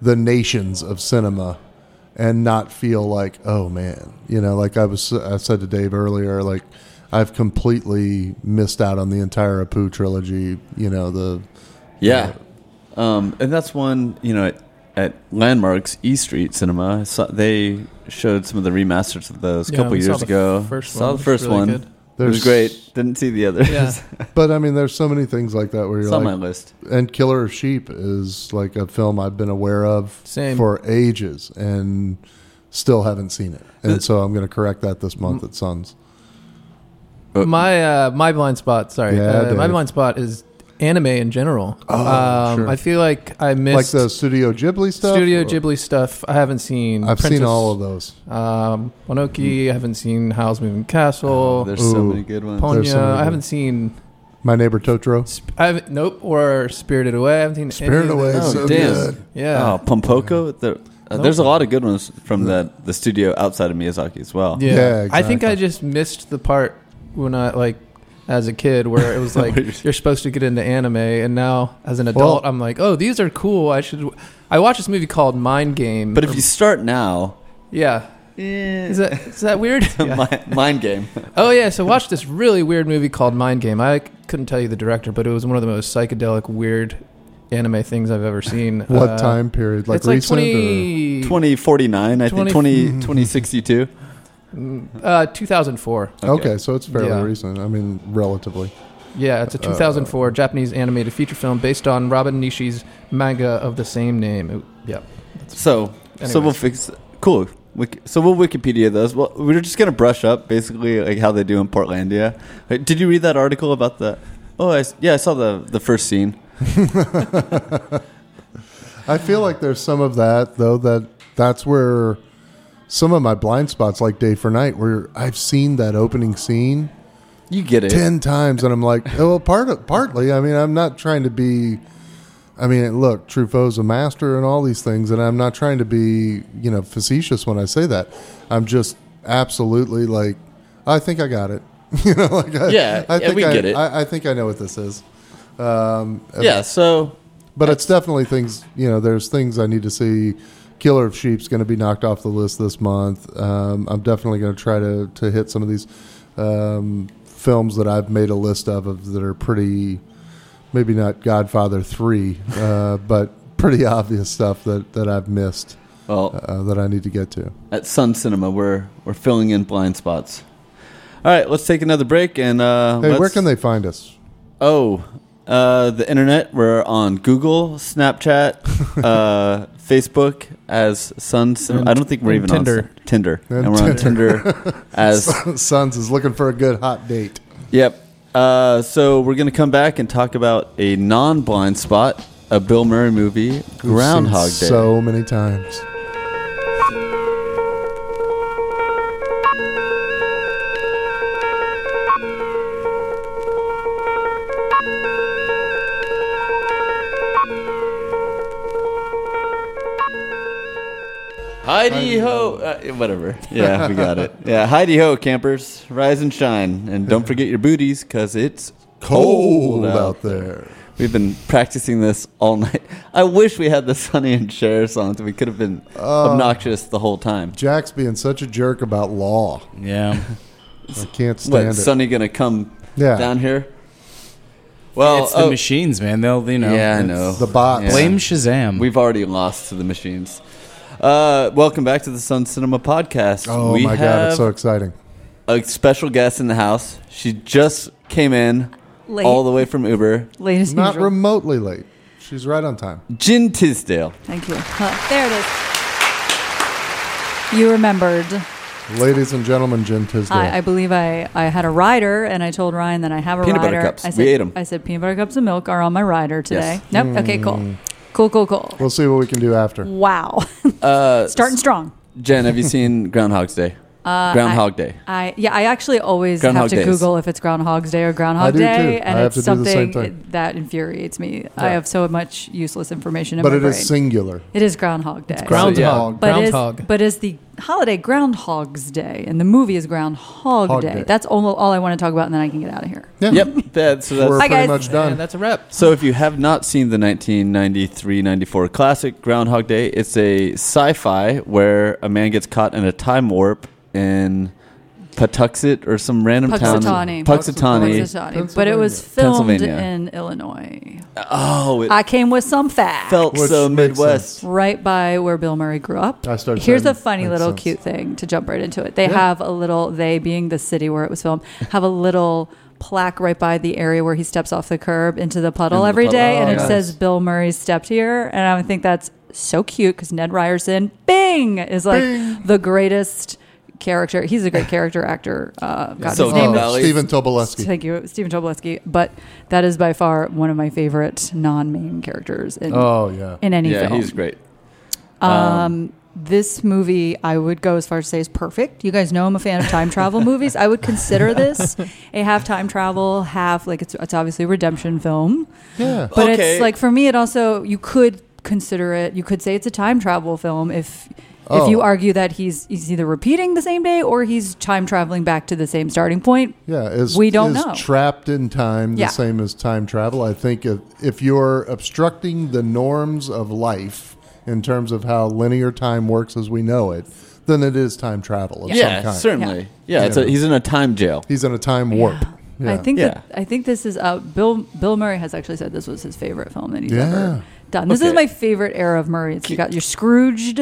F: the nations of cinema and not feel like, oh man, you know, like I was, I said to Dave earlier, like I've completely missed out on the entire Apu trilogy. You know, the
D: Yeah. Um, and that's one, you know, at, at Landmarks E Street Cinema, I saw- they showed some of the remasters of those a
B: Yeah,
D: couple
B: we saw
D: years
B: the
D: ago.
B: first
D: saw the
B: one, which was
D: first
B: really
D: one.
B: good.
D: It was
F: There's-
D: great. Didn't see the others.
B: Yeah.
F: *laughs* but I mean, there's so many things like that where you're
D: *laughs* it's on my
F: like,
D: list.
F: and Killer of Sheep is like a film I've been aware of
B: Same.
F: for ages and still haven't seen it. And so I'm going to correct that this month at Suns.
B: my uh, my blind spot. Sorry,
F: Yeah,
B: uh, my
F: Dave.
B: blind spot is anime in general.
F: Oh,
B: um,
F: sure.
B: I feel like I
F: Like
B: missed
F: the Studio Ghibli stuff.
B: Studio
F: or-
B: Ghibli stuff. I haven't seen.
F: I've
B: Princess,
F: seen all of those.
B: Um, Monoki. I haven't seen Howl's Moving Castle.
D: Oh, There's so
F: Ooh.
D: many good ones.
F: Oh, there's
B: Ponya.
F: some of
B: I
F: them.
B: haven't seen.
F: My Neighbor Totoro.
B: Sp- I haven't, nope. Or Spirited Away. I haven't seen. any
F: Spirited
B: of
F: Away is
B: those.
F: so
D: Oh, damn.
F: good.
B: Yeah.
D: Oh, Pompoko. The, uh, There's a lot of good ones from the, the studio outside of Miyazaki as well.
B: Yeah.
F: Yeah,
B: I think I
F: exactly.
B: just missed the part when I like as a kid where it
D: *laughs*
B: was like you're supposed to get into anime and now as an adult
F: Well-
B: I'm like, "Oh, these are cool. I should I watched this movie called Mind Game."
D: But if you start now, eh,
B: Yeah. Is that is that weird? Yeah.
D: Mi- *laughs* Mind
B: *laughs*
D: Game.
B: Oh yeah, so watch this really weird movie called Mind Game. I couldn't tell you the director, but it was one of the most psychedelic weird anime things I've ever seen.
F: What
B: Uh,
F: time period? Like
B: it's like
F: recent? or-
B: 20,
D: 2049, I think.
B: 20
D: 20, 2062.
B: uh 2004.
F: Okay. so it's fairly
B: Yeah.
F: recent. I mean, relatively.
B: Yeah, it's a 2004 Japanese animated feature film based on Robin Nishi's manga of the same name. It- yep.
D: So, so we'll
B: Anyways.
D: fix. Cool. Wiki, so we'll Wikipedia those. Well, we're just gonna brush up basically like how they do in Portlandia. Like, did you read that article about the? Oh, I s yeah, I saw the the first scene.
F: I feel like there's some of that though that that's where some of my blind spots, like day for night, where I've seen that opening scene
D: You get it.
F: ten times, and I'm like, oh, well, part of, partly. I mean, I'm not trying to be. I mean, look, Truffaut's a master and all these things, and I'm not trying to be you know facetious when I say that. I'm just absolutely like, I think I got it. *laughs* you know, like I,
D: Yeah,
F: I
D: yeah, we
F: I,
D: get it.
F: I, I think I know what this is.
D: Yeah. So
F: But it's definitely things, you know, there's things I need to see. Killer of Sheep's going to be knocked off the list this month. Um, I'm definitely going to try to to hit some of these um, films that I've made a list of, of that are pretty, maybe not Godfather 3, *laughs* uh, but pretty obvious stuff that, that I've missed
D: well,
F: uh, that I need to get to.
D: at Sun Cinema, we're we're filling in blind spots. All right, let's take another break and. Uh,
F: Hey, where
D: let's-
F: can they find us?
D: Oh, Uh, the internet. We're on Google, *laughs* Snapchat, uh, Facebook as Suns. I don't think we're
B: and
D: even
B: Tinder.
D: on Tinder.
F: And
D: And, we're on *laughs* Tinder as
F: *laughs* Sons is looking for a good hot date.
D: Yep. Uh, so we're going to come back and talk about a non-blind spot, a Bill Murray movie,
F: We've seen
D: Groundhog Day.
F: So many times.
D: Heidi ho, uh, whatever. Yeah, we got *laughs* it. Yeah, Heidi ho, campers, rise and shine, and *laughs* don't forget your booties because it's
F: Cold
D: cold
F: out
D: out
F: there.
D: We've been practicing this all night. I wish we had the Sonny and Cher songs. We could have been
F: Oh.
D: obnoxious the whole time.
F: Jack's being such a jerk about law.
E: Yeah.
F: I can't stand
D: What,
F: it.
D: Sonny gonna come
F: Yeah.
D: down here? Well,
E: it's the
D: oh,
E: machines, man. They'll, you know.
D: yeah, I
E: it's-
D: know.
F: the bots.
D: Yeah.
E: Blame Shazam.
D: We've already lost to the machines. Uh, welcome back to the Sun Cinema Podcast.
F: oh
D: we
F: my god,
D: have
F: it's so exciting.
D: a special guest in the house. She just came in
H: Late.
D: all the way from Uber.
H: Late as
F: Not
H: usual.
F: remotely late. She's right on time.
D: Jin Tisdale.
H: Thank you. Huh, there it is. You remembered.
F: Ladies and gentlemen, Jen Tisdale.
H: I, I believe I, I had a rider, and I told Ryan that I have a
D: Peanut butter
H: rider.
D: cups.
H: I
D: We
H: said,
D: ate 'em.
H: I said peanut butter cups and milk are on my rider today.
D: Yes. Mm.
H: Nope. Okay. Cool. Cool. Cool. Cool.
F: we'll see what we can do after.
H: Wow. *laughs*
D: Uh,
H: Starting strong.
F: *laughs*
D: Jen, have you seen Groundhog's Day? Uh, Groundhog Day.
H: I yeah, I actually always
D: Groundhog
H: have to
D: days.
H: Google if it's Groundhog's Day or Groundhog
F: I do
H: Day,
F: too.
H: and
F: I have
H: it's
F: to do the
H: something
F: same thing.
H: that infuriates me. I have so much useless information in
F: But
H: my
F: it
H: brain.
F: is singular.
H: it is Groundhog Day.
B: Groundhog.
D: yeah.
H: But is,
B: Groundhog.
H: but is the holiday Groundhog's Day, and the movie is Groundhog
F: Hog
H: Day.
F: Day.
H: That's all, all I want to talk about, and then I can get out of here.
F: Yeah.
D: Yep. That, so
F: We're
D: that's
H: Hi,
F: pretty
H: guys.
F: much
B: And
F: done.
B: that's a wrap.
D: So, if you have not seen the 1993-94 classic Groundhog Day, it's a sci-fi where a man gets caught in a time warp in Patuxent or some random
H: Puxatawny.
D: town. Puxatawny.
H: Puxatawny. But it was
D: Pennsylvania.
H: filmed in Illinois.
D: Oh, it
H: I came with some facts.
D: felt
F: Which
D: so
F: makes
D: Midwest.
F: sense.
H: right by where Bill Murray grew up.
F: I started
H: Here's
F: saying
H: a funny
F: makes
H: little
F: sense.
H: cute thing to jump right into it. They
F: Yeah.
H: have a little, they being the city where it was filmed, have a little plaque right by the area where he steps off the curb into the
D: Into
H: puddle
D: the
H: every
D: puddle.
H: day,
D: Oh,
H: and it
D: nice.
H: says Bill Murray stepped here. And I would think that's so cute because Ned Ryerson, Bing, is like the greatest character. He's a great character actor. Uh, God,
D: So
H: his name
D: Name
F: Oh,
D: Valley.
F: Stephen Tobolewski.
H: Thank you, Stephen Tobolowsky. But that is by far one of my favorite non-main characters in
F: Oh yeah.
H: in any
D: yeah,
H: film.
D: he's great.
H: Um, this movie, I would go as far as to say is perfect. You guys know I'm a fan of time travel movies. I would consider this a half time travel, half like it's, it's obviously a redemption film,
F: Yeah.
H: but
D: Okay.
H: it's like for me, it also you could consider it. You could say it's a time travel film if.
F: Oh.
H: If you argue that he's he's either repeating the same day or he's time traveling back to the same starting point,
F: Yeah, is,
H: We don't
F: is
H: know.
F: trapped in time the
H: Yeah.
F: same as time travel? I think if, if you're obstructing the norms of life in terms of how linear time works as we know it, then it is time travel of some
D: Yeah,
F: kind.
D: certainly. Yeah, it's
F: Yeah.
D: A, he's in a time jail.
F: He's in a time warp. Yeah.
H: I think
D: Yeah.
H: that, I think this is uh, Bill Bill Murray has actually said this was his favorite film that he's
F: Yeah.
H: ever done. This is
D: Okay.
H: my favorite era of Murray. It's, you got your Scrooged.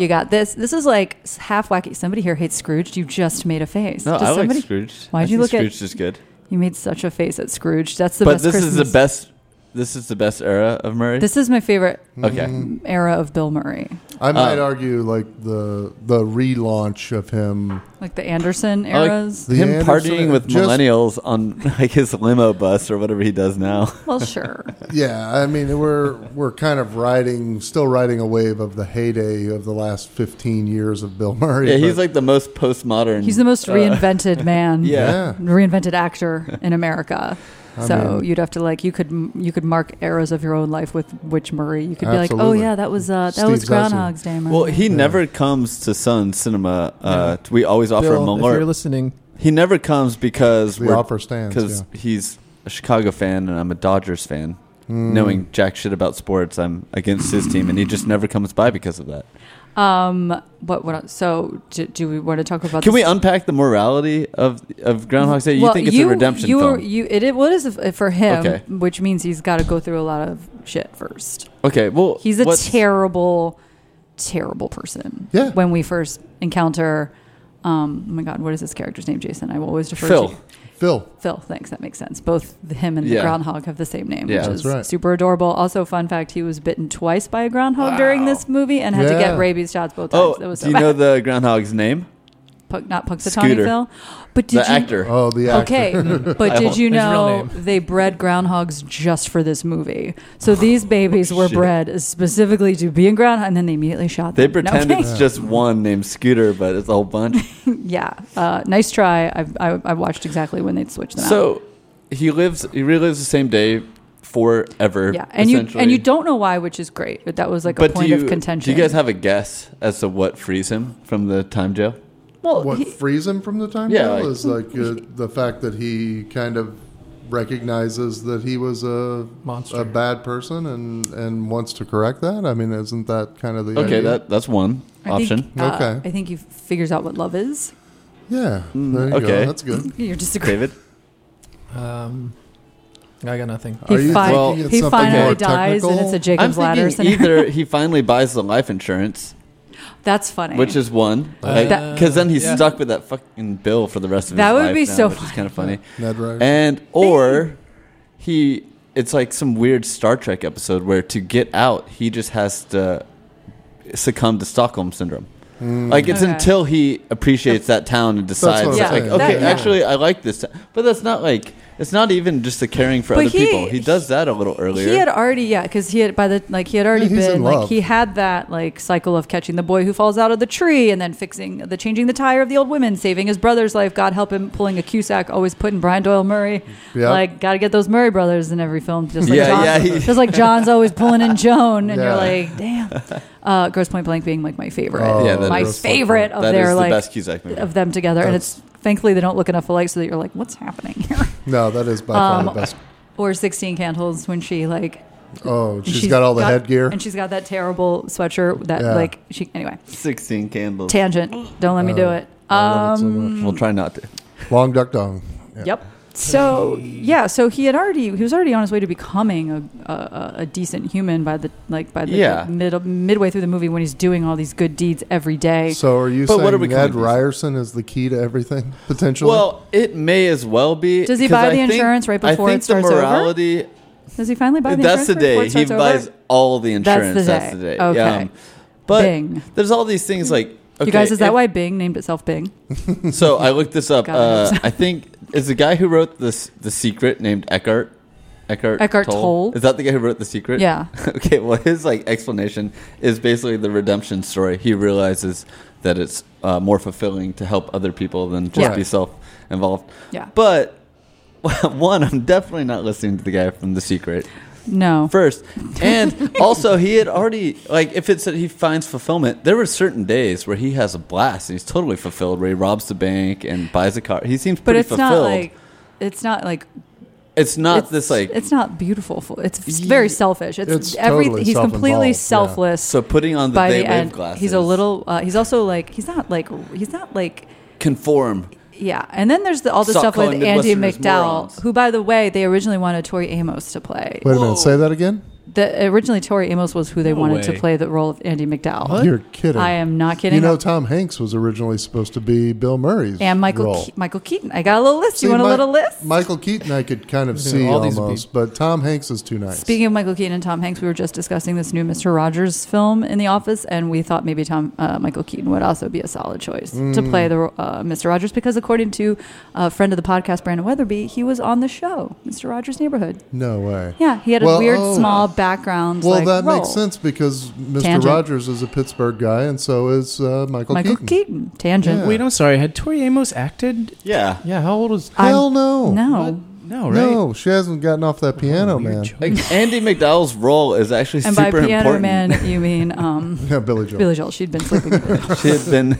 H: you got this. This is like s- half wacky. Somebody here hates Scrooged. You just made a face.
D: No,
H: Does
D: I like
H: somebody-
D: Scrooge.
H: Why'd
D: I
H: you
D: think
H: look at-
D: Scrooge is good?
H: You made such a face at Scrooge. That's the
D: but
H: best.
D: this
H: Christmas.
D: is the best. This is the best era of Murray.
H: This is my favorite
D: okay.
F: Mm.
H: era of Bill Murray,
F: I might
D: Uh,
F: argue like the the relaunch of him.
H: like the Anderson
D: like
H: eras.
F: The
D: Him
F: Anderson-
D: partying with
F: just-
D: millennials on *laughs* like his limo bus or whatever he does now. *laughs*
H: well, sure.
F: Yeah, I mean we're we're kind of riding, still riding a wave of the heyday of the last fifteen years of Bill Murray.
D: Yeah,
F: but-
D: he's like the most postmodern.
H: He's the most reinvented man.
D: Uh, *laughs* yeah.
F: yeah.
H: reinvented actor
F: *laughs*
H: in America. So you'd have to like you could you could mark eras of your own life with which Murray you could be like oh
F: Absolutely.
H: yeah that was uh, that was
F: Steve Zissou.
H: Groundhog's Day. Murray.
D: Well, he never comes to Sun Cinema. Uh, We always offer
F: Bill,
D: him
B: if you're
D: alert.
B: listening,
D: He never comes because
F: The
D: we're
F: offer stands,
D: because he's a Chicago fan and I'm a Dodgers fan.
F: Hmm.
D: Knowing jack shit about sports, I'm against his team, and he just never comes by because of that.
H: um, what what so do, do we want to talk about?
D: Can we
H: this?
D: unpack the morality of of Groundhog Day? You
H: Well,
D: think it's a redemption
H: you,
D: film?
H: You it, it what is it for him,
D: Okay.
H: which means he's got to go through a lot of shit first.
D: okay, well,
H: He's a
D: what's-
H: terrible, terrible person.
F: Yeah.
H: When we first encounter Um, oh my God, what is this character's name, Jason? I will always refer
D: Phil.
H: to you.
F: Phil.
H: Phil. Thanks, that makes sense. Both the- him and
D: Yeah.
H: the groundhog have the same name,
D: Yeah.
H: which
D: That's
H: is
F: right.
H: super adorable. Also, fun fact: he was bitten twice by a groundhog during this movie and had to
F: Yeah.
H: get rabies shots both
D: Oh,
H: times. that was so
D: do you
H: bad.
D: know the groundhog's name?
H: Puck, not
D: Scooter.
H: Puxatawny Phil, but did
D: The
H: you,
D: actor.
F: Oh, the actor.
H: Okay,
D: *laughs*
H: but
D: won't-
H: did you
B: His real
H: know
B: name.
H: they bred groundhogs just for this movie? So these babies were
D: Oh, Shit.
H: bred specifically to be in groundhog, and then they immediately shot
D: They
H: them. No,
D: pretend
H: okay.
D: it's just one named Scooter, but it's a whole
H: *laughs*
D: bunch.
H: yeah. Uh, nice try. I, I I watched exactly when they'd switch them out.
D: So he lives. He relives the same day forever.
H: Yeah, and you
D: essentially.
H: and you don't know why, which is great. But That was like a
D: But
H: point
D: do you,
H: of
D: Do
H: contention.
D: you guys have a guess as to what frees him from the time jail?
H: well,
F: *laughs* What
H: he-
F: frees him from the time
D: Yeah,
F: jail
D: like-
F: is like uh, the fact that he kind of recognizes that he was a
B: Monster.
F: a bad person, and and wants to correct that. I mean, isn't that kind of the
D: Okay,
F: idea?
D: that that's one
H: I
D: option.
H: Think, uh,
F: Okay.
H: I think he figures out what love is.
F: yeah, there you
D: Mm, okay.
F: go. That's good.
H: You're disagreeing.
D: David,
B: Um, I got nothing.
F: Are you
H: He, fi-
F: thinking it's
H: he
F: something more
H: finally dies, and
F: technical?
H: it's a
D: I'm
H: Jacob's ladder.
D: thinking
H: scenario.
D: either he finally buys the life insurance,
H: *laughs* That's funny.
D: which is one,
B: That-
D: because then he's
B: yeah.
D: stuck with that fucking bill for the rest of
H: That
D: his
H: would
D: life.
H: be
D: now,
H: so
D: which is
H: funny.
D: kind of funny.
F: Ned Ryder.
D: And or he, it's like some weird Star Trek episode where to get out, he just has to succumb to Stockholm syndrome. Like it's
H: Okay.
D: until he appreciates that town and
F: what I'm
D: decides,
H: Yeah,
D: like,
H: saying.
D: okay,
H: that- yeah.
D: actually, I like this. town. But that's not like it's not even just the caring for
H: But
D: other
H: he-
D: people. He does that a little earlier.
H: He had already, yeah, because he had by the like he had already
F: Yeah, he's in
H: been like
F: love.
H: he had that like cycle of catching the boy who falls out of the tree and then fixing the changing the tire of the old women, saving his brother's life, God help him, pulling a Cusack, always putting Brian Doyle Murray.
F: Yeah.
H: Like gotta get those Murray brothers in every film, just like
D: Yeah,
H: John,
D: yeah, he-
H: *laughs* just like John's always pulling in Joan, and
F: Yeah.
H: you're like, damn. Uh, Gross Point Blank being like my favorite,
F: Oh,
D: Yeah, that
H: my
D: is-
H: favorite of
D: That
H: their
D: is the
H: like
D: best Cusack movie.
H: of them together, and
F: That's-
H: it's thankfully they don't look enough alike so that you're like, what's happening
F: *laughs*
H: here?
F: no, that is by far
H: Um,
F: the best.
H: or Sixteen Candles when she like
F: Oh,
H: and
F: she's got all the headgear.
H: and she's got that terrible sweatshirt that
F: Yeah.
H: like she anyway.
D: Sixteen candles.
H: Tangent. Don't let me
F: Oh.
H: do it.
F: I love it so
H: Um,
F: much.
D: We'll try not to.
F: Long duck dong. Yeah.
H: Yep. So yeah, so he had already he was already on his way to becoming a a, a decent human by the like by the
D: Yeah.
H: middle midway through the movie when he's doing all these good deeds every day.
F: So are you
D: But what
F: saying
D: are we
F: Ned
D: calling these?
F: Ryerson is the key to everything *laughs* potentially?
D: Well, it may as well be.
H: Does he
D: 'cause
H: buy
D: I
H: the
D: think-
H: insurance right
D: I
H: before
D: think
H: it starts
D: the
H: over?
D: morality
H: Does he finally buy the
D: that's the
H: insurance before
D: day
H: it
D: he
H: starts over?
D: buys all the
H: That's the
D: insurance. That's
H: day.
D: the day.
H: Okay.
D: but
H: Bing.
D: there's all these things like okay,
H: you guys, is that
D: if-
H: why Bing named itself Bing?
D: *laughs* So I looked this
H: *laughs*
D: up.
H: God, I hope
D: Uh,
H: so.
D: I think is the guy who wrote this the secret named Eckhart. Eckhart,
H: Eckhart Tolle?
D: Is that the guy who wrote The Secret?
H: Yeah.
D: *laughs* okay. Well, his like explanation is basically the redemption story. He realizes that it's uh, more fulfilling to help other people than just
H: Yeah.
D: be self involved.
H: Yeah.
D: But *laughs* one, I'm definitely not listening to the guy from The Secret
H: No.
D: first.
H: *laughs*
D: And also, he had already like if it's that he finds fulfillment, there were certain days where he has a blast and he's totally fulfilled. Where he robs the bank and buys a car. He seems
H: but
D: pretty
H: it's
D: fulfilled.
H: not like it's not like
D: it's not
H: it's,
D: this like
H: it's not beautiful. fu- It's f- very selfish. It's,
F: It's
H: everything.
F: totally
H: he's completely
F: self-involved, yeah.
H: selfless.
D: so putting on the
H: by
D: they
H: the
D: live
H: end,
D: glasses.
H: he's a little. Uh, he's also like he's not like he's not like
D: conform.
H: yeah. And then there's the, all the
D: Stop
H: stuff
D: calling
H: with Andy
D: Midwesterners
H: McDowell,
D: morons.
H: who by the way they originally wanted Tori Amos to play.
F: Wait a minute, say that again?
H: The, originally Tori Amos was who they
E: No
H: wanted to
E: way.
H: play the role of Andy McDowell.
F: You're kidding.
H: I am not kidding.
F: You know, Tom Hanks was originally supposed to be Bill Murray's
H: and Michael
F: role.
H: Ke- Michael Keaton. I got a little list.
F: See,
H: you want a
F: Mi-
H: little list?
F: Michael Keaton, I could kind of see
B: all these would be-
F: almost, but Tom Hanks is too nice.
H: Speaking of Michael Keaton and Tom Hanks, we were just discussing this new Mister Rogers film in the office, and we thought maybe Tom uh, Michael Keaton would also be a solid choice to
F: Mm.
H: play the uh, Mister Rogers because, according to a friend of the podcast, Brandon Weatherby, he was on the show Mister Rogers' Neighborhood.
F: no way.
H: Yeah, he had a
F: Well,
H: weird,
F: oh.
H: small background.
F: Well,
H: like,
F: that
H: role.
F: makes sense because Mr.
H: Tangent.
F: Rogers is a Pittsburgh guy, and so is uh, Michael,
H: Michael
F: Keaton.
H: Keaton. tangent.
F: Yeah.
E: Wait, I'm sorry. Had Tori Amos acted?
D: Yeah.
B: Yeah, how old was?
H: I'm-
F: Hell no.
H: Oh. No,
E: No, right?
F: No, she hasn't gotten off that piano,
E: Weird
F: man. *laughs*
E: choice.
D: Like Andy McDowell's role is actually
H: and by
D: super
H: piano
D: important. *laughs*
H: man you
F: *laughs*
H: mean um,
F: Yeah, Billy Joel.
H: Billy Joel. She'd been sleeping. with him.
D: She had been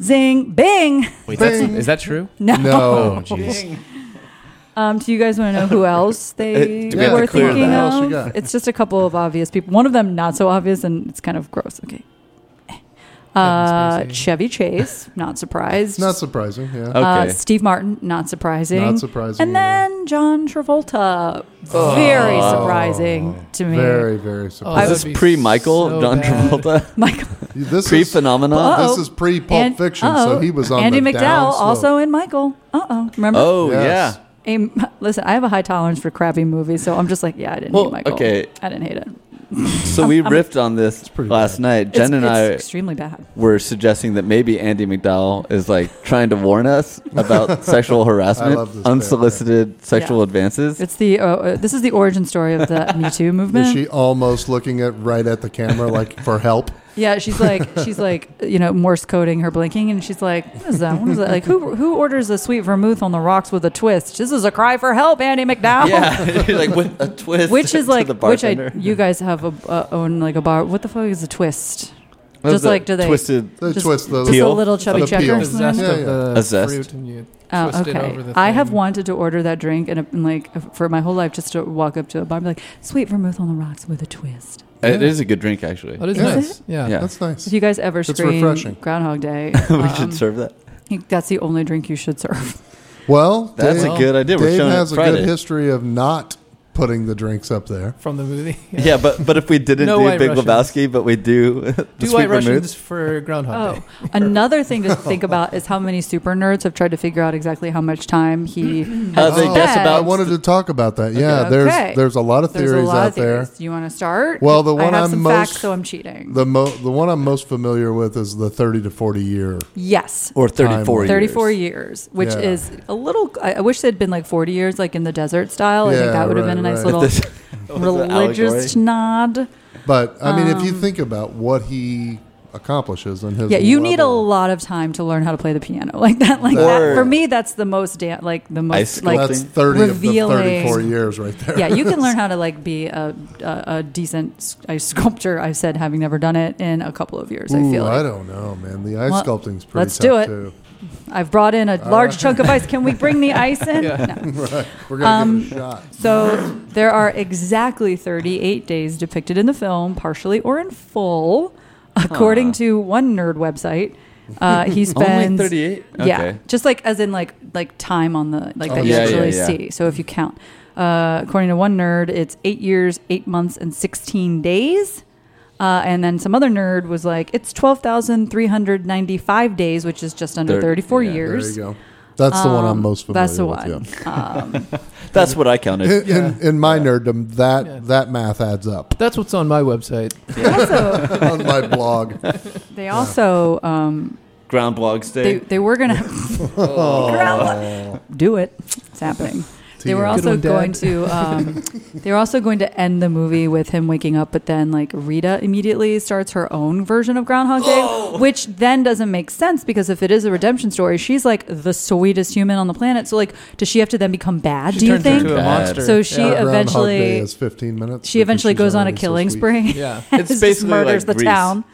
H: Zing, bing. *laughs*
E: Wait, that's,
F: Bing.
E: is that true?
H: No. *laughs*
E: Oh,
F: No.
E: jeez.
H: Um, do you guys want to
F: *laughs*
H: know who else they
D: Do we have
H: were
D: to clear
H: thinking
F: that? Who else we
H: of?
F: got?
H: It's just a couple of obvious people. One of them not so obvious, and it's kind of gross. Okay. Uh,
B: Spacey.
H: Chevy Chase, not surprised.
F: Not surprising, yeah.
D: okay.
H: uh, Steve Martin, not surprising.
F: Not surprising
H: And then John Travolta, very surprising to me.
F: Oh. Very, very surprising.
H: *laughs* I
B: that'd
D: this
B: be
D: pre Michael
B: so
D: John
B: bad.
D: Travolta.
H: *laughs* Michael,
F: This
D: Pre
F: is,
D: phenomenon.
H: Uh-oh.
F: this is pre Pulp
H: And-
F: Fiction, so
H: uh-oh.
F: he was on
H: Andy
F: the
H: McDowell,
F: down slope.
H: also in Michael. Uh oh, remember?
D: Oh
F: Yes.
D: yeah.
H: Hey, *laughs* listen, I have a high tolerance for crappy movies, so I'm just like, yeah, I didn't
D: Well,
H: hate Michael.
D: okay.
H: I didn't hate it.
D: So we riffed on this last night. Jen
H: it's,
D: and
H: it's
D: I
H: extremely bad.
D: were suggesting that maybe Andy McDowell is like trying to warn us
F: *laughs*
D: about sexual harassment,
F: love this bit,
D: unsolicited sexual
H: Yeah.
D: advances.
H: It's *laughs* the uh, uh, this is the origin story
F: *laughs*
H: of the Me Too movement.
F: Is she almost looking at right at the camera like *laughs* for help?
H: Yeah, she's
F: *laughs*
H: like she's like you know Morse coding her blinking, and she's like, what is that? What is that? Like who who orders a sweet vermouth on the rocks with a twist? This is a cry for help, Andy McDowell.
D: yeah, *laughs* like with a twist.
H: *laughs* Which is
D: to
H: like
D: the
H: which I
D: bartender.
H: you guys have a uh, own like a bar. What the fuck is a twist?
D: What was
H: just
D: the
H: like, do they-
D: twisted?
F: They
H: Just-
F: twist the
H: Just
D: Peel?
H: a little chubby
F: The peel.
H: checker.
B: The zest
F: Yeah,
B: of
F: yeah.
B: the
D: A zest.
B: fruit and you
H: Oh,
B: twist it
H: okay.
B: over the
H: I have
B: thing.
H: wanted to order that drink and, and like for my whole life just to walk up to a bar and be like, sweet vermouth on the rocks with a twist.
D: It is a good drink actually.
B: That Oh, is
F: Is
B: nice. Yeah.
D: Yeah.
F: That's nice.
H: If you guys ever
F: It's
H: scream
F: refreshing.
H: Groundhog Day,
D: *laughs* *laughs* we
H: um,
D: should serve that.
H: you- that's the only drink you should serve.
F: Well,
D: That's
F: Dave,
D: a good idea. We're
F: Dave
D: showing
F: has
D: it
F: a
D: Friday.
F: good history of not putting the drinks up there.
B: From the movie.
D: *laughs*
B: *laughs*
D: Yeah, but but if we didn't
B: No
D: do
B: White
D: Big
B: Russians.
D: Lebowski, but we do *laughs* the
B: Do
D: Sweet
B: White
D: Vermouth,
B: Russians for Groundhog Day.
H: Oh, another thing to think about is how many super nerds have tried to figure out exactly how much
F: *clears throat*
H: time he
D: Uh,
H: has
D: they guess
H: spent.
F: Oh, I
D: about-
F: wanted to talk about that. Yeah,
H: Okay.
F: there's
H: Okay.
F: there's a lot of
H: There's
F: theories
H: a lot
F: out
H: of theories.
F: there.
H: Do you want to start?
F: Well, the
H: I
F: one
H: have
F: I'm
H: some facts,
F: most-
H: so I'm cheating.
F: The mo- the one I'm most familiar with is the 30 to 40 year.
H: yes.
D: or thirty four.
H: 34 years, which
F: Yeah.
H: is a little. I, I wish they'd been like 40 years, like in the desert style. I think
F: Yeah,
H: that would have been a
F: right,
H: nice
F: right.
H: little
D: This-
H: *laughs* religious nod.
F: But I mean, if you think about what he accomplishes and his
H: Um, Yeah, you need a
F: level-
H: lot of time to learn how to play the piano *laughs* like that. Like
D: Or-
H: that for me, that's the most da- like the
D: Ice
H: most
D: sculpting.
H: like
F: that's 30
H: revealing-
F: of the 34 years right there.
H: yeah. You can
F: *laughs*
H: learn how to like be a a, a decent s- ice sculptor. I said having never done it in a couple of years. I
F: Ooh,
H: feel
F: I
H: like
F: don't know, man. The ice
H: Well,
F: sculpting's pretty
H: let's
F: tough,
H: do it.
F: too.
H: I've brought in a large chunk of ice. Can we bring the ice
F: *laughs*
H: in? No.
F: We're going to give it a
H: Um,
F: shot.
H: So there are exactly 38 days depicted in the film, partially or in full, according to one nerd website. Uh,
F: *laughs*
D: Only
H: he spends
D: thirty eight.
H: yeah, just like as in like like time on the
F: Oh,
H: like that you
D: yeah, yeah,
H: actually
D: yeah.
H: see. So if you count, uh, according to one nerd, it's eight years, eight months, and sixteen days. Uh, and then some other nerd was like, it's twelve thousand three hundred ninety-five days, which is just under
D: Thir-
H: thirty-four
D: yeah, there
F: There
H: years.
F: you go. That's the one I'm
H: Um,
F: most familiar
H: that's the
F: with.
H: one. Um,
F: yeah.
D: That's what I counted.
F: *laughs* In, in, in my nerddom, that
B: Yeah.
F: that math adds up *laughs*
B: That's what's on my website.
H: Also,
F: on my blog.
H: they also um,
D: Ground blog stay.
H: they, they
F: *laughs*
H: were gonna
F: Oh.
H: *laughs* Groundhog- do it. It's happening. They were
F: Good
H: also
B: one, Dad.
H: going
B: *laughs*
H: to um, they were also going to end the movie with him waking up, but then like Rita immediately starts her own version of Groundhog
F: *gasps*
H: Day, which then doesn't make sense because if it is a redemption story, she's like the sweetest human on the planet. So like, does she have to then become bad?
B: She
H: do you
B: turns
H: think?
B: into a
D: Bad.
B: monster.
H: So she
F: Groundhog Day
H: eventually
F: is 15 minutes.
H: she
F: because
H: eventually
F: she's
H: goes on a
F: already so
H: killing
F: sweet.
H: spree. *laughs*
B: Yeah.
D: It's
H: Just
D: basically like
H: murders the
D: Grease.
H: town.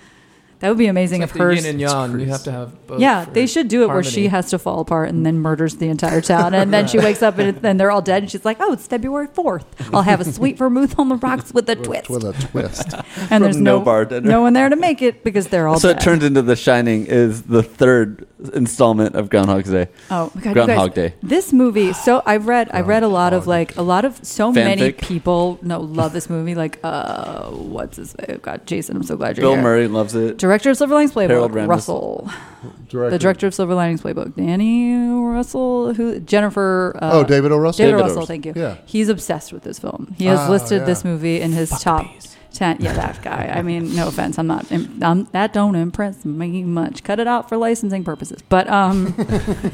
H: That would be amazing
B: It's like
H: if
B: the
H: hers
B: yin and yang. You have to have both.
H: yeah,
B: for
H: they should do it where
B: harmony.
H: she has to fall apart and then murders the entire town. And then she wakes up and then they're all dead. And she's like, oh, it's February 4th. I'll have a sweet vermouth on the rocks with a twist.
F: With a
H: *laughs*
F: twist.
H: and there's
D: From no
H: no,
D: bartender.
H: no one there to make it because they're all
D: So it
H: dead.
D: turned into The Shining is the third installment of Groundhog Day.
H: oh, my God, you
D: Groundhog
H: guys,
D: Day.
H: This movie, so I've read, I read a lot of like, a lot of, so many
D: Fanfic.
H: people no love this movie. Like, uh, what's his name? God, Jason, I'm so glad you're
D: Bill
H: here.
D: Murray loves it.
H: Director of Silver Linings
D: Harold
H: Playbook,
D: Ramis.
H: Russell. The director of Silver Linings Playbook, Danny Russell, who Jennifer. Uh,
F: Oh, David O. Russell.
H: David,
D: David O.
H: Russell,
D: Russell.
H: thank you.
F: Yeah.
H: He's obsessed with this film. He has
F: Ah,
H: listed
F: yeah.
H: this movie in his top ten. Yeah, that guy. I mean, no offense, I'm not. I'm, that don't impress me much. Cut it out for licensing purposes. But um, *laughs*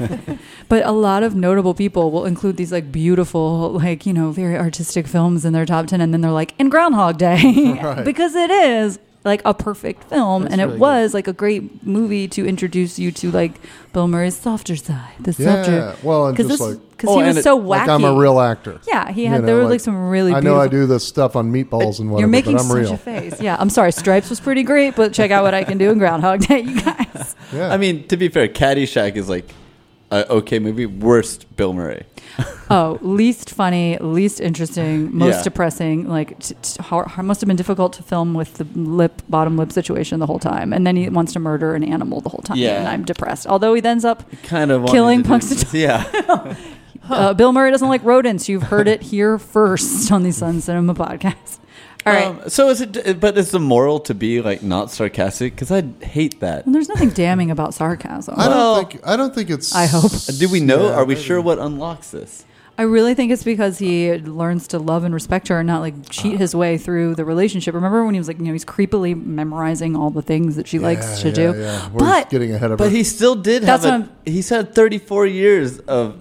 H: but a lot of notable people will include these like beautiful, like you know, very artistic films in their top ten, and then they're like in
F: *laughs*
H: Groundhog Day because it is like a perfect film, and
B: really
H: it
B: good.
H: was like a great movie to introduce you to like Bill Murray's softer side, the
F: Yeah.
H: softer.
F: Well, and
H: Because
F: just
H: this,
F: like,
H: because
D: Oh,
H: he
D: and
H: was
D: it-
H: so wacky.
F: like I'm a real actor.
H: Yeah, he
F: You
H: had.
F: know,
H: there were
F: like,
H: like some really.
F: I know I
H: beautiful-
F: do this stuff on meatballs and whatever,
H: You're making
F: but I'm
H: such
F: real.
H: a face. Yeah, I'm sorry. Stripes was pretty great, but check out what I can do in Groundhog Day, you guys.
F: Yeah.
D: I mean, to be fair, Caddyshack is like a okay movie. Worst Bill Murray.
H: *laughs* Oh, least funny, least interesting, most
D: Yeah.
H: depressing. Like, t- t- har- har- must have been difficult to film with the lip, bottom lip situation the whole time. And then he wants to murder an animal the whole time.
D: Yeah.
H: And I'm depressed. Although he ends up,
D: Kind of wanted
H: Killing
D: to do-
H: punks-
D: Yeah,
H: uh, Bill Murray doesn't like rodents. You've heard it here first on the Sun Cinema podcast. All *laughs* right.
D: Um, so is it? But is the moral to be like not sarcastic? Because I hate that.
H: And there's nothing damning about sarcasm.
F: I
D: Well-
F: don't think I don't think it's.
H: I hope.
D: Do we know?
F: Yeah,
D: Are we
F: maybe.
D: sure what unlocks this?
H: I really think it's because he learns to love and respect her and not like cheat his way through the relationship. Remember when he was like, you know, he's creepily memorizing all the things that she likes to
F: Yeah,
H: do.
F: yeah, yeah. We're
H: But
F: getting ahead of
D: But
F: her.
D: he still did
H: That's what
D: have.
H: I'm-
D: A, he's had 34 years of.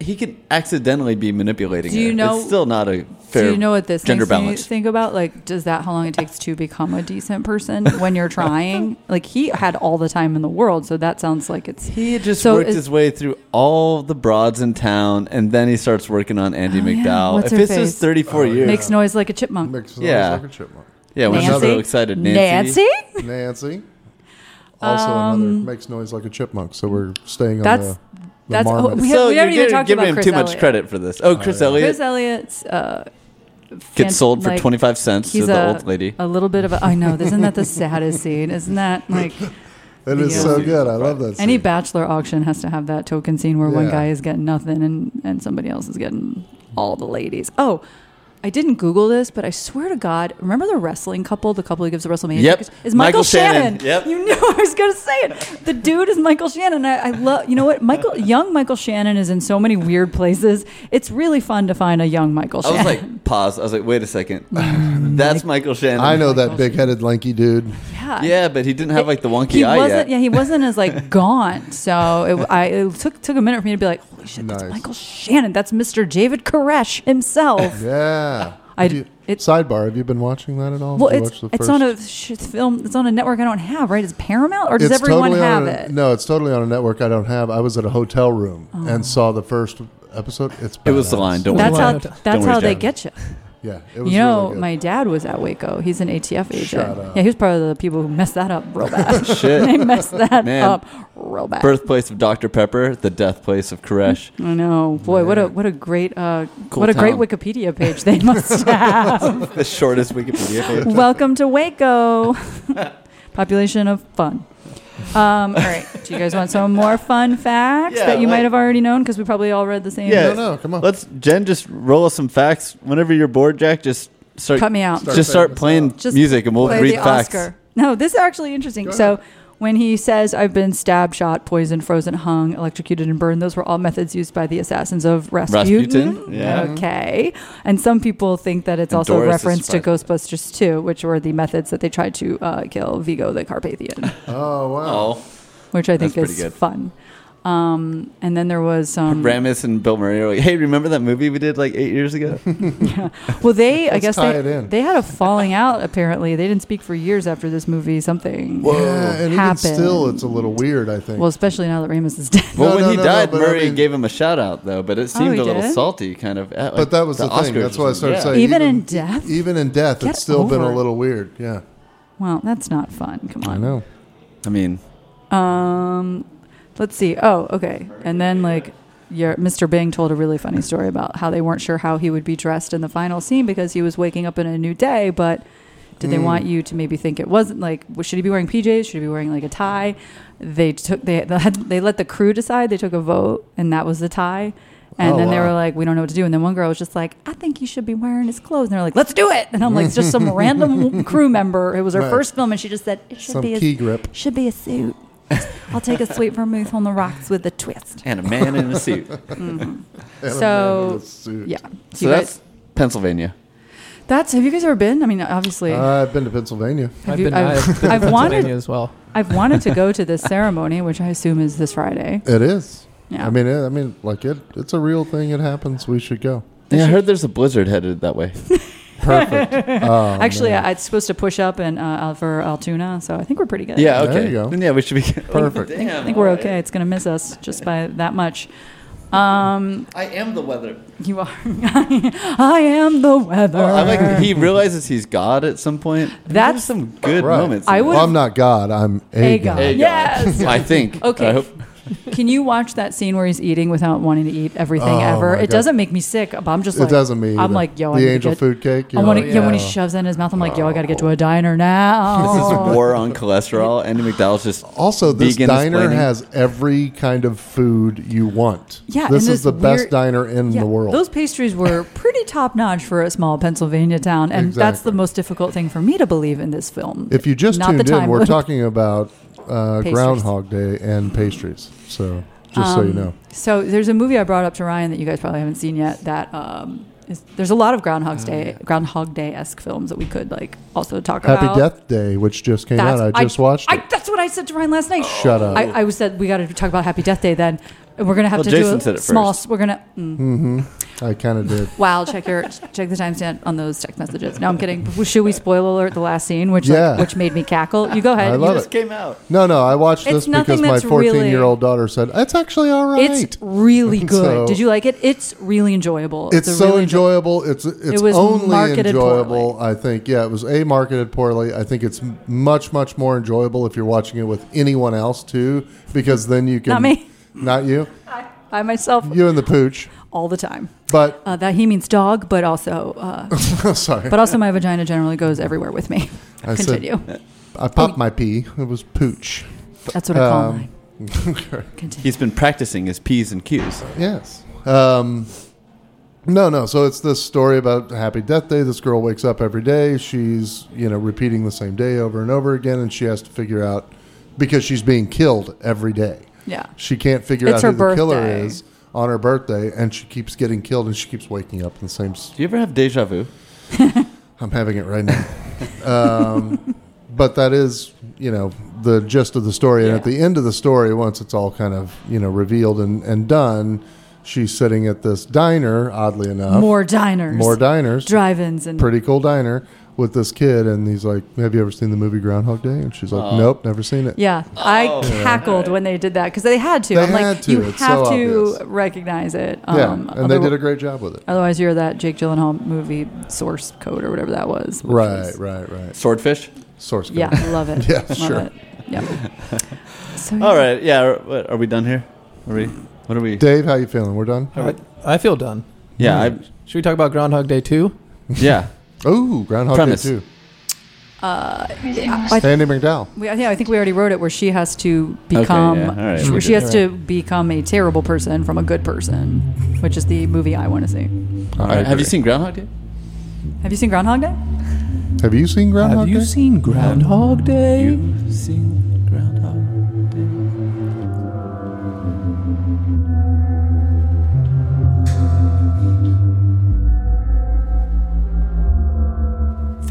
D: He could accidentally be manipulating.
H: Do you
D: her.
H: know-
D: It's still not a fair.
H: do you know what this
D: gender
H: makes me
D: balance?
H: think about? Like, does that how long it takes to become a decent person *laughs* when you're trying? like, he had all the time in the world, so that sounds like it's
D: He had just
H: So
D: worked
H: is-
D: his way through all the broads in town, and then he starts working on Andy
H: Oh, yeah.
D: McDowell. if
H: What's her
D: this
H: face?
D: is
F: Oh,
D: 34 years,
H: makes noise like a chipmunk.
F: Mixed with
D: Yeah.
F: like a chipmunk.
D: yeah, we're
H: Nancy,
D: so excited.
H: Nancy?
F: Nancy. Also, another makes noise like a chipmunk. So we're staying on
H: Um, That's-
F: the, the
H: that's- oh,
F: marmot.
H: We ha-
D: so
H: we haven't
D: you're
H: even talked
D: giving
H: about
D: him
H: Chris
D: too much
H: Elliott.
D: credit for this. Oh, Chris Elliott
H: Chris Elliott's uh, fan-
D: gets sold for
H: like,
D: 25 cents to
H: He's
D: the
H: a, Oh,
D: old lady.
H: a little bit of a. I know. Isn't that the saddest
D: *laughs*
H: scene? Isn't that like
F: It is
H: Yeah.
F: so good. I love that.
H: any
F: scene.
H: bachelor auction has to have that token scene where one
F: Yeah.
H: guy is getting nothing and and somebody else is getting all the ladies. Oh. I didn't Google this, but I swear to God, remember the wrestling couple, the couple who gives the WrestleMania
D: Yep.
H: tickets? Is Michael,
D: Michael Shannon.
H: Shannon.
D: Yep.
H: You knew I was going to say it. The dude is Michael Shannon. I, I love, you know what? Michael, young Michael Shannon is in so many weird places. It's really fun to find a young Michael
D: I was
H: Shannon.
D: like, pause. I was like, wait a second.
H: Mm-hmm.
D: That's Michael Shannon.
F: I know
H: "Oh,
F: that big-headed, lanky dude.
H: *laughs* yeah.
D: Yeah, but he didn't have like the wonky
H: he
D: eye
H: wasn't,
D: yet.
H: Yeah, he wasn't
D: *laughs*
H: as like gaunt. So it, I, it took took a minute for me to be like, holy shit, that's
F: Nice.
H: Michael Shannon. That's Mr. David
F: *laughs*
H: Koresh himself. *laughs*
F: Yeah.
H: I-
F: Have you-
H: it-
F: sidebar. Have you been watching that at all?
H: well,
F: Have you
H: it's
F: watched the
H: it's
F: first-
H: on a sh- film. It's on a network I don't have. Right? It's Paramount, or does
F: It's
H: everyone
F: totally
H: have
F: on a,
H: it?
F: No, it's totally on a network I don't have. I was at a hotel room
H: Oh.
F: and saw the first episode. It's
D: It was the
F: badass.
D: line. Don't
H: That's
D: worry.
H: how
B: Don't
H: that's
D: worry,
H: how they
D: Jen.
H: get you.
F: Yeah, it was
H: You know,
F: really good.
H: my dad was at Waco. He's an ATF agent.
F: Shut up.
H: Yeah, he was part of the people who messed that up real bad. *laughs* they
D: *laughs* Shit.
H: messed that
D: Man.
H: up real bad.
D: Birthplace of Dr. Pepper, the death place of Koresh.
H: I know, boy, what a what a great uh,
D: Cool
H: what a
D: town.
H: great Wikipedia page they *laughs* must have.
D: the shortest Wikipedia
H: *laughs*
D: page.
H: Welcome
D: *laughs*
H: to Waco. Population of fun. Um, all right. Do you guys want some more fun facts
D: Yeah,
H: that you
D: like-
H: might have already known? Because we probably all read the same.
F: no,
D: Yeah.
F: no, come on.
D: Let's Jen just roll us some facts. Whenever you're bored, Jack, just start
H: Cut me out.
D: just start
F: Start
D: playing
H: Just
D: music and we'll
H: Play
D: read
H: the
D: facts.
H: Oscar. No, this is actually interesting. So when he says, "I've been stabbed, shot, poisoned, frozen, hung, electrocuted, and burned," those were all methods used by the assassins of Rasputin.
D: Rasputin, yeah.
H: Okay. And some people think that it's
D: And
H: also
D: Doris
H: a
D: is
H: reference to
D: surprised
H: Ghostbusters 2, which were the methods that they tried to uh, kill Vigo the Carpathian.
F: oh wow.
D: Oh,
H: which I think
D: That's
H: is
D: pretty good.
H: fun. Um, and then there was um,
F: *laughs*
H: some.
D: Ramis and Bill Murray are like, hey, remember that movie we did like eight
F: *laughs*
D: years ago?
H: well, they I guess
F: tie
H: they
F: it in.
H: they had a falling out. Apparently, they didn't speak for years after this movie. Something.
F: Yeah, and
H: happened.
F: even still, it's a little weird. I think.
H: Well, especially now that Ramus is dead. *laughs*
D: well,
F: No,
D: when
F: no,
D: he
F: no, no,
D: died,
F: but I
D: Murray
F: mean-
D: gave him a shout out though, but it seemed
H: Oh, he
D: a little
H: did?
D: salty, kind of. At, like,
F: but that was the, thing.
D: Oscars
F: That's
D: or
F: why I
D: something.
F: started
D: Yeah.
F: saying.
H: Even in death?
F: Even in death,
H: Get
F: it's still been
H: over
F: a
H: it.
F: little weird. Yeah.
H: well, that's not fun. Come on.
F: *laughs*
D: I mean,
H: Um, let's see. Oh, okay. And then like your Mr. Bing told a really funny story about how they weren't sure how he would be dressed in the final scene because he was waking up in a new day, but did
F: Hmm.
H: they want you to maybe think it wasn't like well, should he be wearing PJs? Should he be wearing like a tie? They took they they let the crew decide. They took a vote, and that was the tie. And
F: Oh,
H: then they
F: wow.
H: were like, we don't know what to do. And then one girl was just like, I think he should be wearing his clothes. And they're like, let's do it. And I'm like, it's
F: *laughs*
H: just some random crew member. It was her
F: Right.
H: first film, and she just said, it should
F: Some
H: be his
F: key grip.
H: should be a suit. I'll take a sweet vermouth on the rocks with a twist.
D: and a man in a
H: *laughs*
D: suit.
F: And a
H: So-
F: man in a suit.
H: Yeah.
D: so that's Pennsylvania.
H: that's, have you guys ever been? I mean, obviously,
F: Uh, I've been to Pennsylvania.
H: have
B: I've
H: you,
B: been, I've
H: *laughs* I've,
B: been to
H: I've
B: Pennsylvania
H: wanted
B: as well.
H: I've wanted to go to this ceremony, which I assume is this Friday.
F: It is.
H: Yeah.
F: I mean, it, I mean, like it. It's a real thing. It happens. We should go.
D: Yeah, I heard there's a blizzard headed that
H: *laughs*
D: way.
F: Perfect. Oh,
H: Actually,
F: man.
H: I, it's supposed to push up and uh, for Altoona, so I think we're pretty good.
D: Yeah,
F: There
D: okay.
F: you go.
D: Then, yeah, we should be *laughs*
F: Perfect.
H: I think, I think we're okay. It's going to miss us just by that much. Um,
D: I am the weather.
H: you are. *laughs* I am the weather.
D: Oh, I like he realizes he's God at some point. I mean, there's
H: That's-
D: some good
F: Right.
D: moments.
H: I
D: in
H: would-
F: well, I'm not God. I'm a,
H: Hey,
F: god.
H: God.
D: Hey, God.
H: Yes.
D: I think.
H: *laughs* Okay.
D: I hope-
H: Can you watch that scene where he's eating without wanting to eat everything
F: Oh,
H: ever?
F: my
H: It
F: God.
H: doesn't make me sick, but I'm just
F: it
H: like,
F: doesn't mean
H: I'm
F: either.
H: like, yo, I need
F: the
H: to
F: angel
H: get-
F: food cake. Oh.
H: I
F: you're
H: want to.
F: like,
H: Yeah. when he
F: oh.
H: shoves that in his mouth, I'm like, yo, I got to get to a
F: *laughs*
H: diner now. *laughs*
D: This is war on cholesterol. Andy McDowell's just
F: Also, this
D: vegan is
F: diner
D: planning.
F: has every kind of food you want.
H: Yeah,
F: this
H: and
F: is
H: this
F: the best
H: weird-
F: diner in
H: Yeah,
F: the world.
H: Those
F: *laughs*
H: pastries were pretty top notch for a small Pennsylvania town, and that's
F: Exactly.
H: the most difficult thing for me to believe in this film.
F: if you just
H: Not the
F: tuned in,
H: time
F: we're
H: *laughs* limit.
F: talking about uh,
H: Pastries.
F: Groundhog Day and pastries. So, just so you know,
H: Um, So there's a movie I brought up to Ryan that you guys probably haven't seen yet. That um, is, there's a lot of Groundhog's Day, Groundhog Day esque films that we could like also talk
F: Happy
H: about.
F: Death Day, which just came
H: That's-
F: out. I just watched
H: I,
F: it.
H: that's what I said to Ryan last night.
F: Shut up.
H: I, I was said we got to talk about Happy Death Day then. And we're gonna have
D: Well,
H: to
D: Jason
H: do
D: said
H: a
D: it
H: small.
D: first.
H: We're gonna. Mm.
F: I, kind of
H: *laughs*
F: did.
H: Wow, check your check the timestamp on those text messages. No, I'm kidding. Should we spoil alert the last scene, which like,
F: Yeah.
H: which made me cackle? You go ahead.
F: I
H: You
F: love
H: just-
F: it.
D: came out.
F: No, no, I watched
H: It's
F: this
H: nothing
F: because my
H: that's
F: 14 year old daughter said, It's actually all right.
H: It's really
F: And
H: good.
F: so-
H: Did you like it? It's really enjoyable.
F: It's,
H: a
F: so
H: really enjoy-
F: enjoyable. It's it's
H: was
F: only
H: marketed
F: enjoyable. I think. Yeah, it was a marketed poorly. I think it's m- much much more enjoyable if you're watching it with anyone else too, because then you can
H: Not me.
F: not you,
H: by myself
F: you and the pooch.
H: all the time.
F: But *laughs*
H: Uh, that he means dog, but also, uh,
F: sorry,
H: but also my vagina generally goes everywhere with me.
F: I said-
H: Continue.
F: I popped my pee. It was pooch.
H: That's what I call
F: um,
H: mine.
F: *laughs*
H: Continue.
D: He's been practicing his P's and Q's.
F: Yes. Um, no, no. So it's this story about Happy Death Day. This girl wakes up every day. She's you know repeating the same day over and over again, and she has to figure out because she's being killed every day.
H: Yeah.
F: She can't figure
H: It's
F: out
H: her
F: who the killer
H: birthday.
F: is on her birthday, and she keeps getting killed, and she keeps waking up in the same. s-
D: Do you ever have deja vu?
F: I'm having it right
H: *laughs*
F: now. um, but that is, you know, the gist of the story. And at
H: Yeah.
F: the end of the story, once it's all kind of, you know, revealed and, and done, she's sitting at this diner, oddly enough.
H: More diners.
F: More diners.
H: drive-ins and
F: Pretty cool diner with this kid. And he's like, Have you ever seen the movie Groundhog Day? And she's like, Nope, never seen it.
H: Oh. yeah.
D: Oh.
H: I cackled when they did that because they had to.
F: They
H: I'm
F: had
H: like,
F: to.
H: you
F: It's
H: have
F: so
H: to
F: obvious.
H: recognize it. um,
F: Yeah. and they
H: otherwi-
F: did a great job with it.
H: Otherwise, you're that Jake Gyllenhaal movie source code or whatever that was. which
F: Right,
H: was-
F: right, right.
D: Swordfish?
H: Mm-hmm.
F: Source code.
H: Yeah, I love
F: *laughs*
H: it.
F: Yeah,
H: love
F: sure.
H: It.
F: *laughs*
H: Yeah. So,
D: All right. Yeah. Are, what- are we done here? Are we? What are we?
F: Dave, how you feeling? We're done?
B: All right. I feel done.
D: Yeah. I,
B: Should we talk about Groundhog Day 2?
D: yeah.
F: Ooh, Groundhog
D: Premise.
F: Day 2.
H: yeah, uh, I,
F: Sandy McDowell.
H: we, yeah, I think we already wrote it where she has to become
D: yeah, all right,
H: where
D: we
H: she
D: did.
H: has to become a terrible person from a good person, which is the movie I want to see.
F: I
D: Have
F: agree.
D: you seen Groundhog Day?
H: Have you seen Groundhog Day?
F: Have you seen Groundhog
B: Have
F: Day?
B: you seen Groundhog Day?
D: seen Groundhog?